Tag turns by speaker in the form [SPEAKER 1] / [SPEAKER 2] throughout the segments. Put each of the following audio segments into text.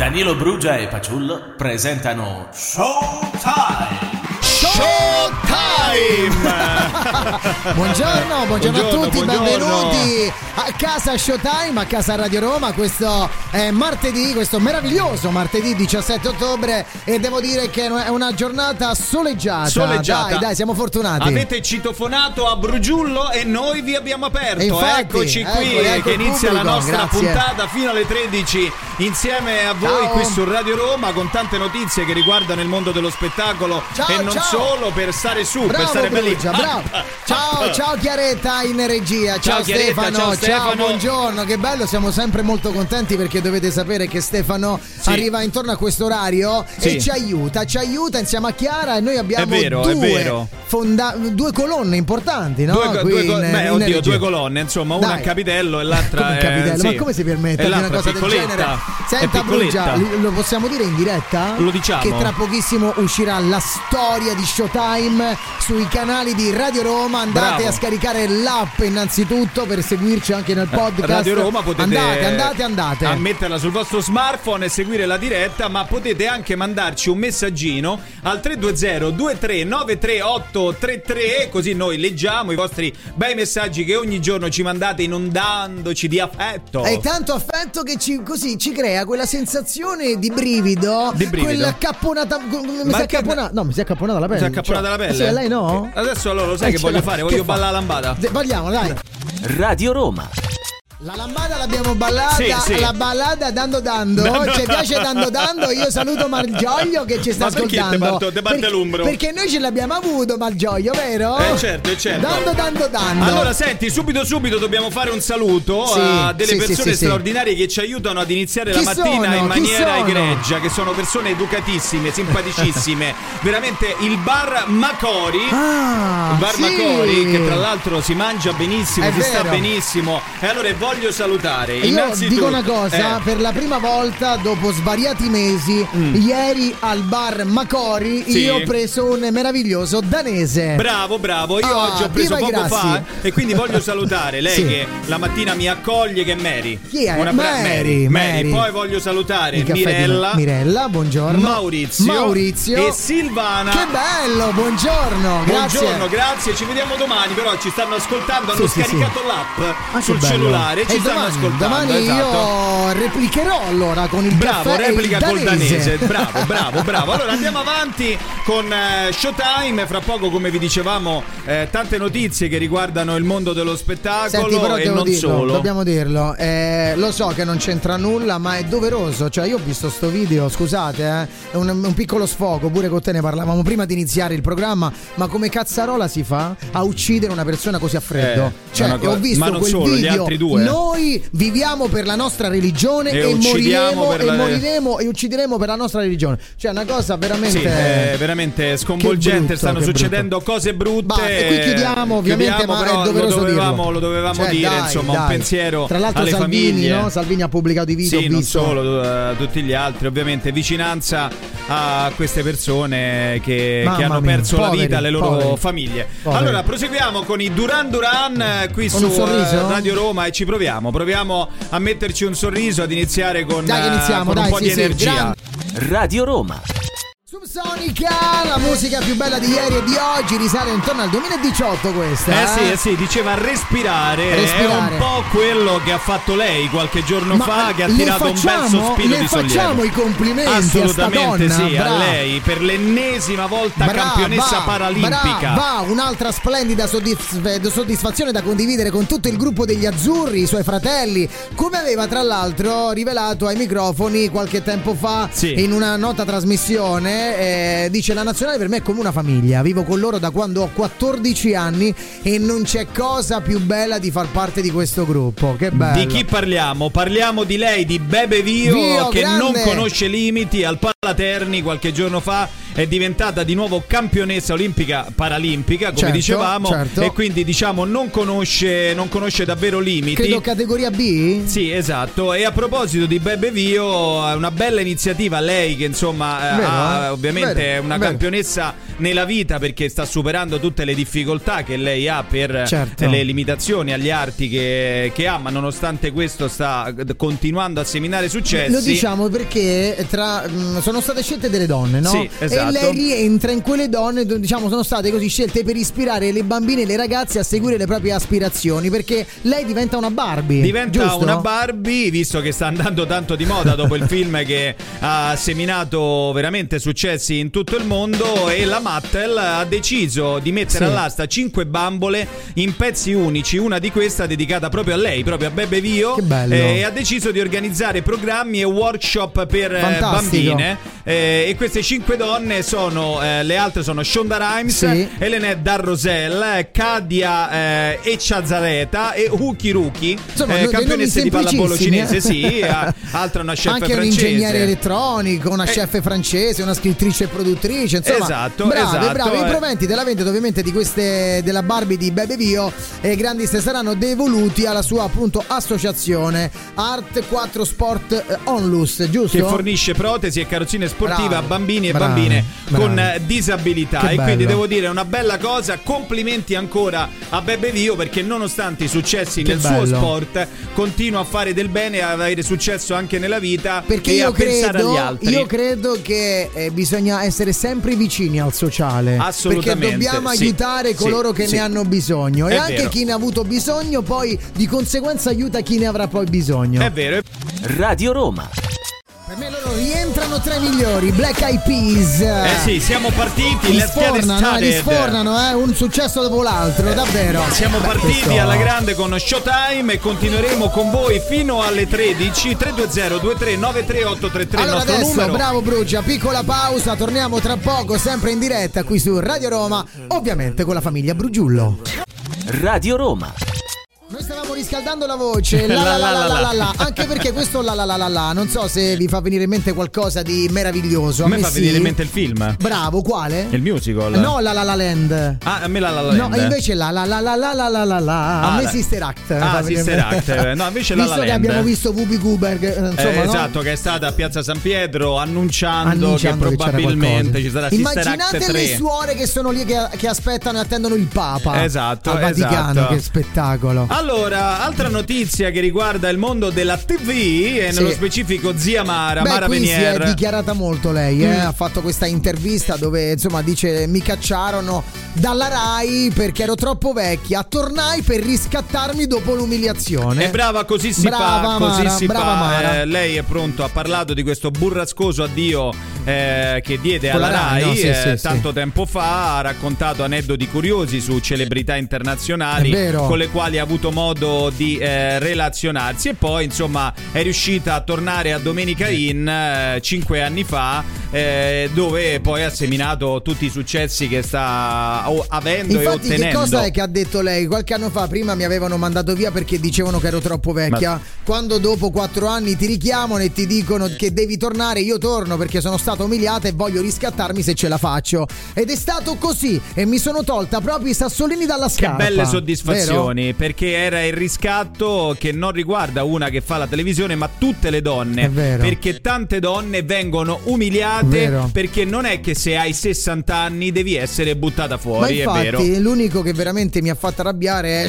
[SPEAKER 1] Danilo Brugia e Paciullo presentano Showtime!
[SPEAKER 2] Showtime!
[SPEAKER 3] buongiorno, buongiorno,
[SPEAKER 2] Buongiorno,
[SPEAKER 3] a tutti,
[SPEAKER 2] buongiorno.
[SPEAKER 3] benvenuti a casa Showtime, a casa Radio Roma, questo è martedì, questo meraviglioso martedì 17 ottobre e devo dire che è una giornata soleggiata.
[SPEAKER 2] Soleggiata.
[SPEAKER 3] Dai, dai, siamo fortunati.
[SPEAKER 2] Avete citofonato a Brugiullo e noi vi abbiamo aperto.
[SPEAKER 3] E infatti,
[SPEAKER 2] Eccoci qui
[SPEAKER 3] eccoli, ecco
[SPEAKER 2] che
[SPEAKER 3] il
[SPEAKER 2] inizia la
[SPEAKER 3] pubblico,
[SPEAKER 2] nostra
[SPEAKER 3] grazie.
[SPEAKER 2] puntata fino alle 13 insieme a voi
[SPEAKER 3] Ciao.
[SPEAKER 2] qui su Radio Roma con tante notizie che riguardano il mondo dello spettacolo
[SPEAKER 3] Ciao,
[SPEAKER 2] e non
[SPEAKER 3] ciao.
[SPEAKER 2] solo per stare su, per
[SPEAKER 3] Bravo
[SPEAKER 2] stare belli. Ah,
[SPEAKER 3] Perugia, bravo. Ciao, ciao Chiaretta in regia, ciao,
[SPEAKER 2] Ciao Chiaretta,
[SPEAKER 3] Stefano,
[SPEAKER 2] ciao Stefano.
[SPEAKER 3] buongiorno, che bello, siamo sempre molto contenti perché dovete sapere che Stefano arriva intorno a questo orario
[SPEAKER 2] Sì.
[SPEAKER 3] e ci aiuta, ci aiuta insieme a Chiara e noi abbiamo
[SPEAKER 2] vero, è
[SPEAKER 3] due,
[SPEAKER 2] vero.
[SPEAKER 3] fonda- due colonne importanti, no?
[SPEAKER 2] Due, co-
[SPEAKER 3] Qui
[SPEAKER 2] due co-
[SPEAKER 3] in-
[SPEAKER 2] beh,
[SPEAKER 3] in
[SPEAKER 2] oddio,
[SPEAKER 3] regia.
[SPEAKER 2] due colonne, insomma, una
[SPEAKER 3] Dai.
[SPEAKER 2] a capitello e l'altra
[SPEAKER 3] Come
[SPEAKER 2] eh,
[SPEAKER 3] capitello,
[SPEAKER 2] sì.
[SPEAKER 3] ma come si permette
[SPEAKER 2] E
[SPEAKER 3] di una
[SPEAKER 2] l'altra
[SPEAKER 3] cosa del
[SPEAKER 2] piccoletta.
[SPEAKER 3] genere?
[SPEAKER 2] È
[SPEAKER 3] Senta
[SPEAKER 2] piccoletta.
[SPEAKER 3] Brugia, li- lo possiamo dire in diretta?
[SPEAKER 2] Lo diciamo.
[SPEAKER 3] Che tra pochissimo uscirà la storia di Showtime sui canali di Radio Roma. Andate
[SPEAKER 2] Bravo.
[SPEAKER 3] a scaricare l'app innanzitutto per seguirci anche nel podcast.
[SPEAKER 2] Eh, Radio Roma potete
[SPEAKER 3] Andate, andate, andate.
[SPEAKER 2] a metterla sul vostro smartphone e seguire la diretta, ma potete anche mandarci un messaggino al 320 2393833 così noi leggiamo i vostri bei messaggi che ogni giorno ci mandate inondandoci di affetto.
[SPEAKER 3] È tanto affetto che ci, così ci crea quella sensazione di brivido,
[SPEAKER 2] Di brivido.
[SPEAKER 3] quella capponata.
[SPEAKER 2] Ma
[SPEAKER 3] Mi si è
[SPEAKER 2] che-
[SPEAKER 3] accapponata. No, mi si è accapponata la pelle.
[SPEAKER 2] Si è accapponata la
[SPEAKER 3] Cioè,
[SPEAKER 2] pelle?
[SPEAKER 3] Sì, a lei no?
[SPEAKER 2] Che- Adesso allora lo sai
[SPEAKER 3] Eh,
[SPEAKER 2] che
[SPEAKER 3] ce
[SPEAKER 2] voglio
[SPEAKER 3] l'ha-
[SPEAKER 2] fare?
[SPEAKER 3] che
[SPEAKER 2] Voglio
[SPEAKER 3] fa?
[SPEAKER 2] ballare la lambada.
[SPEAKER 3] Sì, Parliamo, dai.
[SPEAKER 1] Radio Roma.
[SPEAKER 3] La lambada l'abbiamo ballata,
[SPEAKER 2] Sì, sì.
[SPEAKER 3] la ballata dando dando,
[SPEAKER 2] Dando-
[SPEAKER 3] ci piace dando dando, io saluto Malgioglio che ci sta
[SPEAKER 2] Ma perché te
[SPEAKER 3] ascoltando.
[SPEAKER 2] parto- te parte l'umbro?
[SPEAKER 3] Perché noi ce l'abbiamo avuto Malgioglio, vero?
[SPEAKER 2] Eh, certo, eh, certo.
[SPEAKER 3] Dando dando dando.
[SPEAKER 2] Allora, senti, subito subito dobbiamo fare un saluto eh,
[SPEAKER 3] Sì,
[SPEAKER 2] a delle
[SPEAKER 3] sì, sì,
[SPEAKER 2] persone
[SPEAKER 3] sì, sì.
[SPEAKER 2] straordinarie che ci aiutano ad iniziare
[SPEAKER 3] Chi
[SPEAKER 2] la mattina
[SPEAKER 3] sono?
[SPEAKER 2] in
[SPEAKER 3] Chi
[SPEAKER 2] maniera
[SPEAKER 3] sono?
[SPEAKER 2] egregia, che sono persone educatissime, simpaticissime. Veramente il bar Macori.
[SPEAKER 3] Ah,
[SPEAKER 2] il bar
[SPEAKER 3] sì.
[SPEAKER 2] Macori, che tra l'altro si mangia benissimo,
[SPEAKER 3] È
[SPEAKER 2] si sta
[SPEAKER 3] vero.
[SPEAKER 2] benissimo. E allora voglio salutare.
[SPEAKER 3] Io
[SPEAKER 2] innanzitutto,
[SPEAKER 3] dico una cosa,
[SPEAKER 2] eh, Mm.
[SPEAKER 3] per la prima volta dopo svariati mesi, ieri al bar Macori
[SPEAKER 2] Sì.
[SPEAKER 3] io ho preso un meraviglioso danese.
[SPEAKER 2] Bravo, bravo. Io
[SPEAKER 3] Eh. Ah,
[SPEAKER 2] oggi ho preso
[SPEAKER 3] viva i
[SPEAKER 2] poco
[SPEAKER 3] grassi.
[SPEAKER 2] fa e quindi voglio salutare lei
[SPEAKER 3] Sì.
[SPEAKER 2] che la mattina mi accoglie, che è Mary.
[SPEAKER 3] Chi è?
[SPEAKER 2] bra- Mary.
[SPEAKER 3] Mary, Mary.
[SPEAKER 2] Poi voglio salutare
[SPEAKER 3] Il caffè di-
[SPEAKER 2] Mirella,
[SPEAKER 3] Mirella, buongiorno.
[SPEAKER 2] Maurizio,
[SPEAKER 3] Maurizio.
[SPEAKER 2] e Silvana.
[SPEAKER 3] Che bello, buongiorno. Grazie.
[SPEAKER 2] Buongiorno, grazie, ci vediamo domani, però ci stanno ascoltando, hanno
[SPEAKER 3] Sì, sì,
[SPEAKER 2] scaricato l'app
[SPEAKER 3] Ah, che
[SPEAKER 2] sul
[SPEAKER 3] bello.
[SPEAKER 2] cellulare, ci
[SPEAKER 3] E
[SPEAKER 2] stanno
[SPEAKER 3] domani,
[SPEAKER 2] ascoltando.
[SPEAKER 3] Domani
[SPEAKER 2] esatto.
[SPEAKER 3] io replicherò allora con il
[SPEAKER 2] Bravo,
[SPEAKER 3] caffè e il
[SPEAKER 2] replica col danese. Bravo, bravo, bravo. Allora andiamo avanti con eh, Showtime. Fra poco, come vi dicevamo, eh, tante notizie che riguardano il mondo dello spettacolo
[SPEAKER 3] Senti, però
[SPEAKER 2] e
[SPEAKER 3] devo
[SPEAKER 2] non
[SPEAKER 3] dirlo,
[SPEAKER 2] solo.
[SPEAKER 3] dobbiamo dirlo. Eh, lo so che non c'entra nulla, ma è doveroso. Cioè, io ho visto sto video, scusate, eh, è un, un piccolo sfogo, pure con te ne parlavamo prima di iniziare il programma. Ma come cazzarola si fa a uccidere una persona così a freddo?
[SPEAKER 2] Eh, è
[SPEAKER 3] cioè,
[SPEAKER 2] una cosa-
[SPEAKER 3] ho visto
[SPEAKER 2] ma non
[SPEAKER 3] quel
[SPEAKER 2] solo, gli
[SPEAKER 3] video.
[SPEAKER 2] altri due. eh.
[SPEAKER 3] Noi viviamo per la nostra religione
[SPEAKER 2] E
[SPEAKER 3] e,
[SPEAKER 2] uccidiamo
[SPEAKER 3] moriremo,
[SPEAKER 2] per
[SPEAKER 3] e
[SPEAKER 2] la-
[SPEAKER 3] moriremo e uccideremo per la nostra religione. Cioè, è una cosa veramente.
[SPEAKER 2] Sì, è veramente sconvolgente,
[SPEAKER 3] brutto,
[SPEAKER 2] stanno
[SPEAKER 3] che
[SPEAKER 2] succedendo cose brutte.
[SPEAKER 3] Bah, e qui chiudiamo, ovviamente,
[SPEAKER 2] Chiudiamo,
[SPEAKER 3] ma è
[SPEAKER 2] però
[SPEAKER 3] doveroso
[SPEAKER 2] lo dovevamo,
[SPEAKER 3] dirlo.
[SPEAKER 2] lo dovevamo
[SPEAKER 3] Cioè,
[SPEAKER 2] dire,
[SPEAKER 3] dai,
[SPEAKER 2] insomma, un
[SPEAKER 3] dai.
[SPEAKER 2] pensiero
[SPEAKER 3] Tra l'altro
[SPEAKER 2] alle
[SPEAKER 3] Salvini,
[SPEAKER 2] famiglie.
[SPEAKER 3] no? Salvini ha pubblicato i video,
[SPEAKER 2] Sì,
[SPEAKER 3] ho
[SPEAKER 2] non
[SPEAKER 3] visto.
[SPEAKER 2] solo, eh, tutti gli altri, ovviamente vicinanza a queste persone che,
[SPEAKER 3] Mamma
[SPEAKER 2] che hanno
[SPEAKER 3] mia,
[SPEAKER 2] perso la
[SPEAKER 3] poveri,
[SPEAKER 2] vita, alle loro
[SPEAKER 3] poveri.
[SPEAKER 2] famiglie.
[SPEAKER 3] Poveri.
[SPEAKER 2] Allora, proseguiamo con i Duran Duran eh, qui
[SPEAKER 3] Con
[SPEAKER 2] su
[SPEAKER 3] un
[SPEAKER 2] eh,
[SPEAKER 3] sorriso?
[SPEAKER 2] Radio Roma e ci proviamo, proviamo a metterci un sorriso, ad iniziare con,
[SPEAKER 3] Dai, che
[SPEAKER 2] eh,
[SPEAKER 3] iniziamo,
[SPEAKER 2] con
[SPEAKER 3] dai,
[SPEAKER 2] un po'
[SPEAKER 3] sì,
[SPEAKER 2] di
[SPEAKER 3] sì,
[SPEAKER 2] energia.
[SPEAKER 3] grande.
[SPEAKER 1] Radio Roma.
[SPEAKER 3] Sub Sonica, la musica più bella di ieri e di oggi risale intorno al 2018 questa.
[SPEAKER 2] Eh sì, eh sì, diceva respirare.
[SPEAKER 3] Respirare.
[SPEAKER 2] È un po' quello che ha fatto lei qualche giorno
[SPEAKER 3] Ma
[SPEAKER 2] fa, che ha
[SPEAKER 3] le
[SPEAKER 2] tirato un bel
[SPEAKER 3] facciamo-
[SPEAKER 2] sospiro
[SPEAKER 3] le
[SPEAKER 2] di sollievo.
[SPEAKER 3] facciamo i complimenti a sta
[SPEAKER 2] Assolutamente
[SPEAKER 3] donna,
[SPEAKER 2] sì, a
[SPEAKER 3] brava.
[SPEAKER 2] lei per l'ennesima volta
[SPEAKER 3] Brava,
[SPEAKER 2] campionessa paralimpica.
[SPEAKER 3] brava, un'altra splendida soddisf- soddisfazione da condividere con tutto il gruppo degli azzurri, i suoi fratelli, come aveva tra l'altro rivelato ai microfoni qualche tempo fa
[SPEAKER 2] Sì.
[SPEAKER 3] in una nota trasmissione. eh, dice la nazionale per me è come una famiglia, vivo con loro da quando ho 14 anni e non c'è cosa più bella di far parte di questo gruppo. Che bello.
[SPEAKER 2] Di chi parliamo? Parliamo di lei, di Bebe Vio,
[SPEAKER 3] Vio,
[SPEAKER 2] che
[SPEAKER 3] grande.
[SPEAKER 2] non conosce limiti. Al Palaterni qualche giorno fa è diventata di nuovo campionessa olimpica paralimpica, come
[SPEAKER 3] Certo,
[SPEAKER 2] dicevamo,
[SPEAKER 3] certo.
[SPEAKER 2] e quindi diciamo non conosce, non conosce davvero limiti.
[SPEAKER 3] Credo categoria B?
[SPEAKER 2] Sì, esatto. E a proposito di Bebe Vio, è una bella iniziativa lei che insomma eh,
[SPEAKER 3] Vero,
[SPEAKER 2] ha,
[SPEAKER 3] eh?
[SPEAKER 2] ovviamente
[SPEAKER 3] Vero,
[SPEAKER 2] è una
[SPEAKER 3] vero.
[SPEAKER 2] campionessa nella vita perché sta superando tutte le difficoltà che lei ha per eh,
[SPEAKER 3] Certo.
[SPEAKER 2] le limitazioni agli arti che, che ha, ma nonostante questo sta eh, continuando a seminare successi.
[SPEAKER 3] Lo diciamo perché tra, mh, sono state scelte delle donne, no?
[SPEAKER 2] Sì, esatto.
[SPEAKER 3] E lei rientra in quelle donne, do- diciamo, sono state così scelte per ispirare le bambine e le ragazze a seguire le proprie aspirazioni, perché lei diventa una Barbie.
[SPEAKER 2] Diventa
[SPEAKER 3] giusto?
[SPEAKER 2] una Barbie, visto che sta andando tanto di moda dopo il film che ha seminato veramente successi in tutto il mondo e la Mattel ha deciso di mettere
[SPEAKER 3] Sì.
[SPEAKER 2] all'asta 5 bambole in pezzi unici, una di questa dedicata proprio a lei, proprio a Bebe Vio
[SPEAKER 3] Che bello.
[SPEAKER 2] eh, e ha deciso di organizzare programmi e workshop per eh,
[SPEAKER 3] Fantastico.
[SPEAKER 2] bambine eh, e queste 5 donne sono eh, le altre sono Shonda Rhimes,
[SPEAKER 3] Sì.
[SPEAKER 2] Elena Darroselle, Kadia eh, Eciazareta e Huki Ruki
[SPEAKER 3] Insomma,
[SPEAKER 2] eh,
[SPEAKER 3] dei
[SPEAKER 2] campionessa di
[SPEAKER 3] nomi
[SPEAKER 2] pallavolo cinese,
[SPEAKER 3] semplicissimi,
[SPEAKER 2] sì,
[SPEAKER 3] eh.
[SPEAKER 2] a- altra una chef
[SPEAKER 3] Anche un
[SPEAKER 2] francese.
[SPEAKER 3] ingegnere elettronico, una
[SPEAKER 2] Eh.
[SPEAKER 3] chef francese, una scrittrice e produttrice, insomma.
[SPEAKER 2] Esatto,
[SPEAKER 3] brave,
[SPEAKER 2] esatto,
[SPEAKER 3] brave.
[SPEAKER 2] eh.
[SPEAKER 3] I proventi della vendita ovviamente di queste della Barbie di Bebe Vio eh, grandi se saranno devoluti alla sua appunto associazione Art 4 Sport eh, Onlus, giusto?
[SPEAKER 2] che fornisce protesi e carrozzine sportive
[SPEAKER 3] Bravo,
[SPEAKER 2] a bambini e
[SPEAKER 3] bravo,
[SPEAKER 2] bambine
[SPEAKER 3] bravo.
[SPEAKER 2] con eh, disabilità.
[SPEAKER 3] Che
[SPEAKER 2] e quindi
[SPEAKER 3] bello.
[SPEAKER 2] devo dire una bella cosa. Complimenti ancora a Bebe Vio perché, nonostante i successi
[SPEAKER 3] Che
[SPEAKER 2] nel
[SPEAKER 3] bello.
[SPEAKER 2] suo sport, continua a fare del bene e ad avere successo anche nella vita
[SPEAKER 3] Perché
[SPEAKER 2] e
[SPEAKER 3] io
[SPEAKER 2] a pensare agli
[SPEAKER 3] credo,
[SPEAKER 2] altri.
[SPEAKER 3] io credo che eh, bisogna essere sempre vicini al sociale.
[SPEAKER 2] Assolutamente,
[SPEAKER 3] Perché dobbiamo
[SPEAKER 2] sì,
[SPEAKER 3] aiutare
[SPEAKER 2] sì,
[SPEAKER 3] coloro che
[SPEAKER 2] sì.
[SPEAKER 3] ne hanno bisogno.
[SPEAKER 2] È
[SPEAKER 3] e anche
[SPEAKER 2] vero.
[SPEAKER 3] chi ne ha avuto bisogno, poi di conseguenza aiuta chi ne avrà poi bisogno.
[SPEAKER 2] È vero, eh? è
[SPEAKER 1] Radio Roma.
[SPEAKER 3] Per me loro rientrano tra i migliori. Black Eyed Peas.
[SPEAKER 2] Eh sì, siamo partiti,
[SPEAKER 3] Li
[SPEAKER 2] let's get
[SPEAKER 3] sfornano, eh, li
[SPEAKER 2] started. Eh,
[SPEAKER 3] sfornano, eh, un successo dopo l'altro, davvero.
[SPEAKER 2] Siamo
[SPEAKER 3] Beh,
[SPEAKER 2] partiti
[SPEAKER 3] questo-
[SPEAKER 2] alla grande con Showtime e continueremo con voi fino alle 13 320 2393833 il
[SPEAKER 3] Allora
[SPEAKER 2] nostro
[SPEAKER 3] adesso,
[SPEAKER 2] numero.
[SPEAKER 3] bravo Brugia, piccola pausa, torniamo tra poco, sempre in diretta qui su Radio Roma, ovviamente con la famiglia Brugiullo.
[SPEAKER 1] Radio Roma.
[SPEAKER 3] Noi stavamo riscaldando la voce, la la la la la, la, la. anche perché questo la la la la la, non so se vi fa venire in mente qualcosa di meraviglioso.
[SPEAKER 2] a me
[SPEAKER 3] me
[SPEAKER 2] fa
[SPEAKER 3] sì.
[SPEAKER 2] venire in mente il film,
[SPEAKER 3] Bravo, quale?
[SPEAKER 2] il musical.
[SPEAKER 3] No, la la la land.
[SPEAKER 2] Ah, a me la la la
[SPEAKER 3] No,
[SPEAKER 2] Land.
[SPEAKER 3] invece la la la la la la la la la. A
[SPEAKER 2] Ah,
[SPEAKER 3] me
[SPEAKER 2] la-
[SPEAKER 3] Sister Act.
[SPEAKER 2] Ah,
[SPEAKER 3] fa venire
[SPEAKER 2] Sister
[SPEAKER 3] in mente.
[SPEAKER 2] Act, eh, no, invece La La
[SPEAKER 3] Visto che
[SPEAKER 2] Land.
[SPEAKER 3] abbiamo visto Whoopi Goldberg, eh, insomma,
[SPEAKER 2] Eh,
[SPEAKER 3] no?
[SPEAKER 2] Esatto, che è stata a Piazza San Pietro annunciando,
[SPEAKER 3] Annunciando
[SPEAKER 2] che
[SPEAKER 3] che c'era
[SPEAKER 2] probabilmente
[SPEAKER 3] qualcosa.
[SPEAKER 2] ci sarà Sister
[SPEAKER 3] Immaginate
[SPEAKER 2] Act 3.
[SPEAKER 3] le suore che sono lì che, che aspettano e attendono il Papa.
[SPEAKER 2] Esatto,
[SPEAKER 3] Al Vaticano,
[SPEAKER 2] esatto.
[SPEAKER 3] che spettacolo.
[SPEAKER 2] Allora, altra notizia che riguarda il mondo della TV e
[SPEAKER 3] Sì.
[SPEAKER 2] nello specifico zia Mara,
[SPEAKER 3] Beh,
[SPEAKER 2] Mara
[SPEAKER 3] qui
[SPEAKER 2] Venier. Mm.
[SPEAKER 3] si è dichiarata molto lei, eh. ha fatto questa intervista dove insomma dice mi cacciarono dalla Rai perché ero troppo vecchia, tornai per riscattarmi dopo l'umiliazione.
[SPEAKER 2] E brava, così si fa.
[SPEAKER 3] Brava
[SPEAKER 2] Così
[SPEAKER 3] Mara,
[SPEAKER 2] si
[SPEAKER 3] brava
[SPEAKER 2] fa.
[SPEAKER 3] Mara.
[SPEAKER 2] Eh, lei è pronto, ha parlato di questo burrascoso addio eh, che diede
[SPEAKER 3] Con la
[SPEAKER 2] alla Rai,
[SPEAKER 3] Rai, no? Sì,
[SPEAKER 2] eh,
[SPEAKER 3] sì, sì.
[SPEAKER 2] tanto tempo fa. Ha raccontato aneddoti curiosi su celebrità internazionali
[SPEAKER 3] È vero.
[SPEAKER 2] con le quali ha avuto modo di eh, relazionarsi. E poi, insomma, è riuscita a tornare a Domenica In eh, cinque anni fa, eh, dove poi ha seminato tutti i successi che sta o- avendo e
[SPEAKER 3] Infatti,
[SPEAKER 2] ottenendo.
[SPEAKER 3] che cosa è che ha detto lei? Qualche anno fa, prima mi avevano mandato via perché dicevano che ero troppo vecchia. Quando dopo quattro anni ti richiamano e ti dicono che devi tornare, io torno perché sono stata umiliata e voglio riscattarmi se ce la faccio. Ed è stato così e mi sono tolta proprio i sassolini dalla
[SPEAKER 2] Che
[SPEAKER 3] scarpa.
[SPEAKER 2] belle soddisfazioni, perché era il riscatto che non riguarda una che fa la televisione, ma tutte le donne.
[SPEAKER 3] È vero.
[SPEAKER 2] Perché tante donne vengono puntate.
[SPEAKER 3] Vero.
[SPEAKER 2] Perché non è che se hai 60 anni devi essere buttata
[SPEAKER 3] Ma
[SPEAKER 2] fuori, è vero.
[SPEAKER 3] infatti l'unico che veramente mi ha fatto arrabbiare è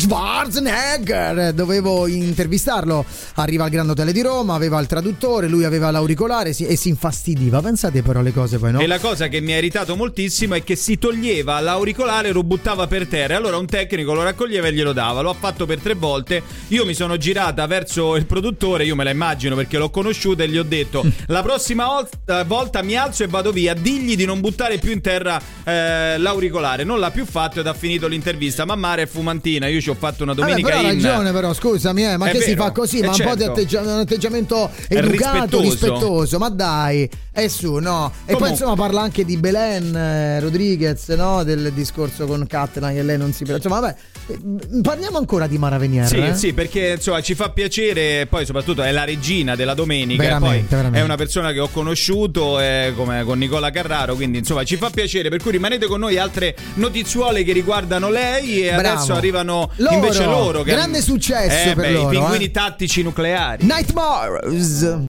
[SPEAKER 3] Schwarzenegger, dovevo intervistarlo, arriva al Grand Hotel di Roma, aveva il traduttore, lui aveva l'auricolare si- e si infastidiva, pensate però le cose poi no?
[SPEAKER 2] E la cosa che mi ha irritato moltissimo è che si toglieva l'auricolare e lo buttava per terra. Allora un tecnico lo raccoglieva e glielo dava. Lo ha fatto per tre volte. Io mi sono girata verso il produttore, io me la immagino perché l'ho conosciuta e gli ho
[SPEAKER 3] Mm.
[SPEAKER 2] detto: La prossima ol- eh, volta mi alzo e vado via. Digli di non buttare più in terra eh, l'auricolare. Non l'ha più fatto ed ha finito l'intervista. Ma Mare è fumantina. Io ci ho fatto una
[SPEAKER 3] Vabbè,
[SPEAKER 2] domenica
[SPEAKER 3] però ha
[SPEAKER 2] in.
[SPEAKER 3] ragione però, scusami, eh, ma
[SPEAKER 2] È
[SPEAKER 3] che si
[SPEAKER 2] vero,
[SPEAKER 3] fa così?
[SPEAKER 2] è
[SPEAKER 3] Ma un po' di
[SPEAKER 2] certo.
[SPEAKER 3] atteggia- un atteggiamento educato, rispettoso.
[SPEAKER 2] rispettoso.
[SPEAKER 3] ma dai, è su, no? E poi
[SPEAKER 2] Comunque.
[SPEAKER 3] insomma parla anche di Belen eh, Rodriguez, no? Del discorso con Katna che lei non si... Insomma, vabbè, eh, parliamo ancora di Mara Venier,
[SPEAKER 2] Sì,
[SPEAKER 3] eh?
[SPEAKER 2] sì, perché insomma ci fa piacere, poi soprattutto è la regina della domenica, e
[SPEAKER 3] Veramente,
[SPEAKER 2] poi
[SPEAKER 3] veramente.
[SPEAKER 2] è una persona che ho conosciuto eh, come con Nicola Carraro, quindi insomma ci fa piacere, per cui rimanete con noi altre notizuole che riguardano lei e
[SPEAKER 3] Bravo.
[SPEAKER 2] adesso arrivano
[SPEAKER 3] Loro,
[SPEAKER 2] invece loro. Che,
[SPEAKER 3] grande successo
[SPEAKER 2] Eh,
[SPEAKER 3] per
[SPEAKER 2] beh,
[SPEAKER 3] loro,
[SPEAKER 2] I pinguini
[SPEAKER 3] eh.
[SPEAKER 2] tattici nucleari.
[SPEAKER 3] Nightmares.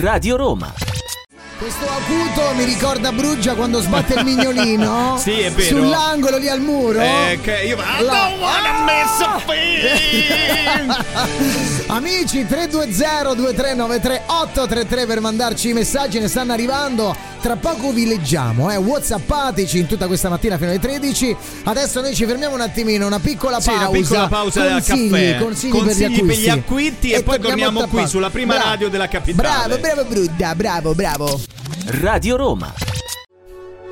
[SPEAKER 1] Radio Roma.
[SPEAKER 3] Questo acuto mi ricorda Bruggia quando sbatte il mignolino.
[SPEAKER 2] Sì, è vero.
[SPEAKER 3] Sull'angolo lì al muro.
[SPEAKER 2] Eh, che io I
[SPEAKER 3] La- Ah!
[SPEAKER 2] don't wanna miss a thing.
[SPEAKER 3] Amici 320 2393 833 per mandarci i messaggi, ne stanno arrivando. Tra poco vi leggiamo, eh. Whatsappateci in tutta questa mattina fino alle 13. Adesso noi ci fermiamo un attimino, una piccola
[SPEAKER 2] Sì,
[SPEAKER 3] pausa.
[SPEAKER 2] una piccola pausa al
[SPEAKER 3] consigli,
[SPEAKER 2] caffè.
[SPEAKER 3] Consigli,
[SPEAKER 2] Consigli
[SPEAKER 3] per, gli
[SPEAKER 2] per gli acquitti e poi torniamo
[SPEAKER 3] tappa-
[SPEAKER 2] qui sulla prima
[SPEAKER 3] Bravo.
[SPEAKER 2] radio della capitale.
[SPEAKER 3] Bravo, bravo Bruggia, bravo, bravo.
[SPEAKER 1] Radio Roma.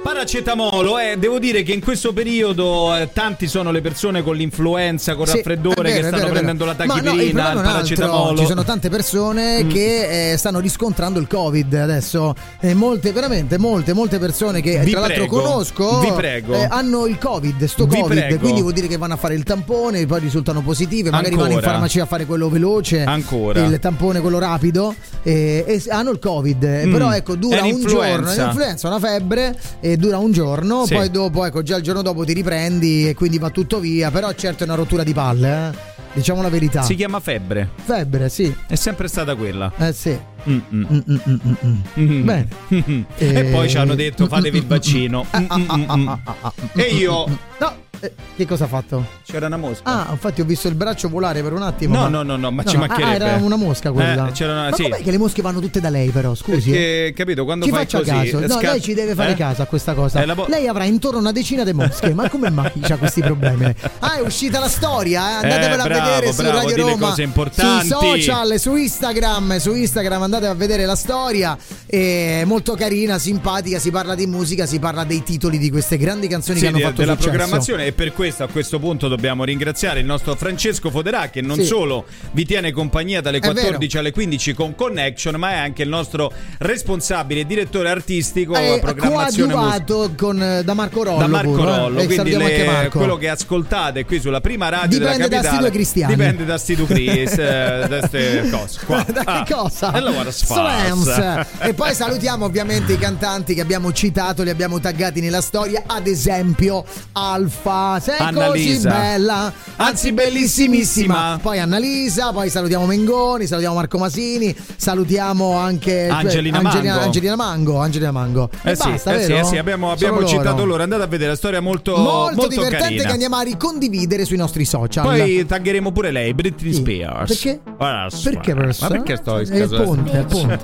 [SPEAKER 2] Paracetamolo, eh, devo dire che in questo periodo eh, tanti sono le persone con l'influenza, con
[SPEAKER 3] Sì,
[SPEAKER 2] raffreddore
[SPEAKER 3] è vero,
[SPEAKER 2] che
[SPEAKER 3] è
[SPEAKER 2] stanno
[SPEAKER 3] vero, è
[SPEAKER 2] prendendo la
[SPEAKER 3] vero. Ma no,
[SPEAKER 2] tachipirina,
[SPEAKER 3] il
[SPEAKER 2] il
[SPEAKER 3] problema è un altro.
[SPEAKER 2] paracetamolo. Mm.
[SPEAKER 3] Ci sono tante persone che eh, stanno riscontrando il Covid adesso. E molte, veramente molte, molte persone che
[SPEAKER 2] Vi
[SPEAKER 3] tra l'altro
[SPEAKER 2] prego,
[SPEAKER 3] conosco
[SPEAKER 2] vi prego.
[SPEAKER 3] eh, hanno il Covid, sto
[SPEAKER 2] Vi
[SPEAKER 3] Covid.
[SPEAKER 2] prego.
[SPEAKER 3] Quindi vuol dire che vanno a fare il tampone, poi risultano positive, magari vanno in
[SPEAKER 2] Ancora.
[SPEAKER 3] farmacia a fare quello veloce.
[SPEAKER 2] Ancora.
[SPEAKER 3] Il tampone, quello rapido. eh, e s- hanno il Covid. eh,
[SPEAKER 2] Mm.
[SPEAKER 3] Però ecco, dura
[SPEAKER 2] È
[SPEAKER 3] un giorno.
[SPEAKER 2] un'influenza.
[SPEAKER 3] È un'influenza, una febbre, e dura un giorno.
[SPEAKER 2] Sì.
[SPEAKER 3] Poi dopo, ecco, già il giorno dopo ti riprendi e quindi va tutto via. Però certo è una rottura di palle, eh. Diciamo la verità.
[SPEAKER 2] Si chiama febbre,
[SPEAKER 3] Febbre, sì.
[SPEAKER 2] è sempre stata quella.
[SPEAKER 3] Eh sì.
[SPEAKER 2] Mm-mm.
[SPEAKER 3] Mm, mm, mm, mm, mm.
[SPEAKER 2] Mm.
[SPEAKER 3] Bene.
[SPEAKER 2] Mm. e...
[SPEAKER 3] Eh,
[SPEAKER 2] poi ci hanno detto fatevi il vaccino.
[SPEAKER 3] Ah, ah, ah, ah,
[SPEAKER 2] Mm-mm-mm.
[SPEAKER 3] ah, ah, ah,
[SPEAKER 2] E
[SPEAKER 3] mm,
[SPEAKER 2] io-
[SPEAKER 3] mm, mm. No, eh, che cosa ha fatto?
[SPEAKER 2] C'era una mosca.
[SPEAKER 3] Ah, infatti ho visto il braccio volare per un attimo.
[SPEAKER 2] No,
[SPEAKER 3] ma-
[SPEAKER 2] no, no, no, ma ci
[SPEAKER 3] Ah,
[SPEAKER 2] mancherebbe.
[SPEAKER 3] era una mosca quella.
[SPEAKER 2] Eh, c'era una-
[SPEAKER 3] ma
[SPEAKER 2] sì.
[SPEAKER 3] com'è che le mosche vanno tutte da lei, però? Scusi. eh.
[SPEAKER 2] Perché, capito, quando
[SPEAKER 3] Ci
[SPEAKER 2] fai
[SPEAKER 3] faccia
[SPEAKER 2] così...
[SPEAKER 3] caso, no,
[SPEAKER 2] sca-
[SPEAKER 3] lei ci deve fare
[SPEAKER 2] Eh?
[SPEAKER 3] caso a questa cosa.
[SPEAKER 2] Eh, la bo-
[SPEAKER 3] Lei avrà intorno a una decina di mosche, ma come mai c'ha questi problemi? lei? Ah, è uscita la storia, eh? andatevela
[SPEAKER 2] Eh, bravo,
[SPEAKER 3] a vedere su
[SPEAKER 2] bravo,
[SPEAKER 3] Radio
[SPEAKER 2] dite
[SPEAKER 3] Roma,
[SPEAKER 2] cose importanti.
[SPEAKER 3] sui social, su Instagram, su Instagram andate a vedere la storia, è molto carina, simpatica, si parla di musica, si parla dei titoli di queste grandi canzoni
[SPEAKER 2] Sì,
[SPEAKER 3] che hanno
[SPEAKER 2] de-
[SPEAKER 3] fatto
[SPEAKER 2] della
[SPEAKER 3] successo.
[SPEAKER 2] programmazione e per questo a questo punto dobbiamo ringraziare il nostro Francesco Foderà che non
[SPEAKER 3] Sì.
[SPEAKER 2] solo vi tiene compagnia dalle
[SPEAKER 3] È vero.
[SPEAKER 2] 14 alle 15 con Connection ma è anche il nostro responsabile e direttore artistico
[SPEAKER 3] È
[SPEAKER 2] programmazione musicale
[SPEAKER 3] Eh, coadiuvato con, eh, da Marco Rollo
[SPEAKER 2] da Marco
[SPEAKER 3] pure, eh.
[SPEAKER 2] Rollo
[SPEAKER 3] E
[SPEAKER 2] quindi
[SPEAKER 3] salutiamo
[SPEAKER 2] le-
[SPEAKER 3] anche Marco.
[SPEAKER 2] quello che ascoltate qui sulla prima radio
[SPEAKER 3] Dipende
[SPEAKER 2] Ah, della
[SPEAKER 3] da
[SPEAKER 2] capitale
[SPEAKER 3] Sti due cristiani.
[SPEAKER 2] dipende da Sti due Cris eh, da queste cose qua.
[SPEAKER 3] da
[SPEAKER 2] Ah,
[SPEAKER 3] che cosa?
[SPEAKER 2] e allora
[SPEAKER 3] Slams.
[SPEAKER 2] sfarza.
[SPEAKER 3] E poi salutiamo ovviamente i cantanti che abbiamo citato, li abbiamo taggati nella storia, ad esempio Alfa, sei così
[SPEAKER 2] Annalisa.
[SPEAKER 3] bella, anzi
[SPEAKER 2] Anzi,
[SPEAKER 3] bellissimissima.
[SPEAKER 2] bellissimissima.
[SPEAKER 3] Poi Annalisa, poi salutiamo Mengoni, salutiamo Marco Masini, salutiamo anche cioè,
[SPEAKER 2] Angelina
[SPEAKER 3] Angelina
[SPEAKER 2] Mango.
[SPEAKER 3] Angelina Mango, Angelina Mango. E
[SPEAKER 2] Eh sì,
[SPEAKER 3] basta,
[SPEAKER 2] eh sì,
[SPEAKER 3] vero?
[SPEAKER 2] eh sì, abbiamo, abbiamo
[SPEAKER 3] Solo loro.
[SPEAKER 2] citato loro. Andate a vedere la storia molto,
[SPEAKER 3] Molto, divertente
[SPEAKER 2] carina.
[SPEAKER 3] che andiamo a ricondividere sui nostri social.
[SPEAKER 2] Poi taggheremo pure lei, Britney
[SPEAKER 3] Sì.
[SPEAKER 2] Spears.
[SPEAKER 3] Perché?
[SPEAKER 2] Guarda,
[SPEAKER 3] Perché professore?
[SPEAKER 2] Ma perché sto
[SPEAKER 3] È il ponte, è il ponte.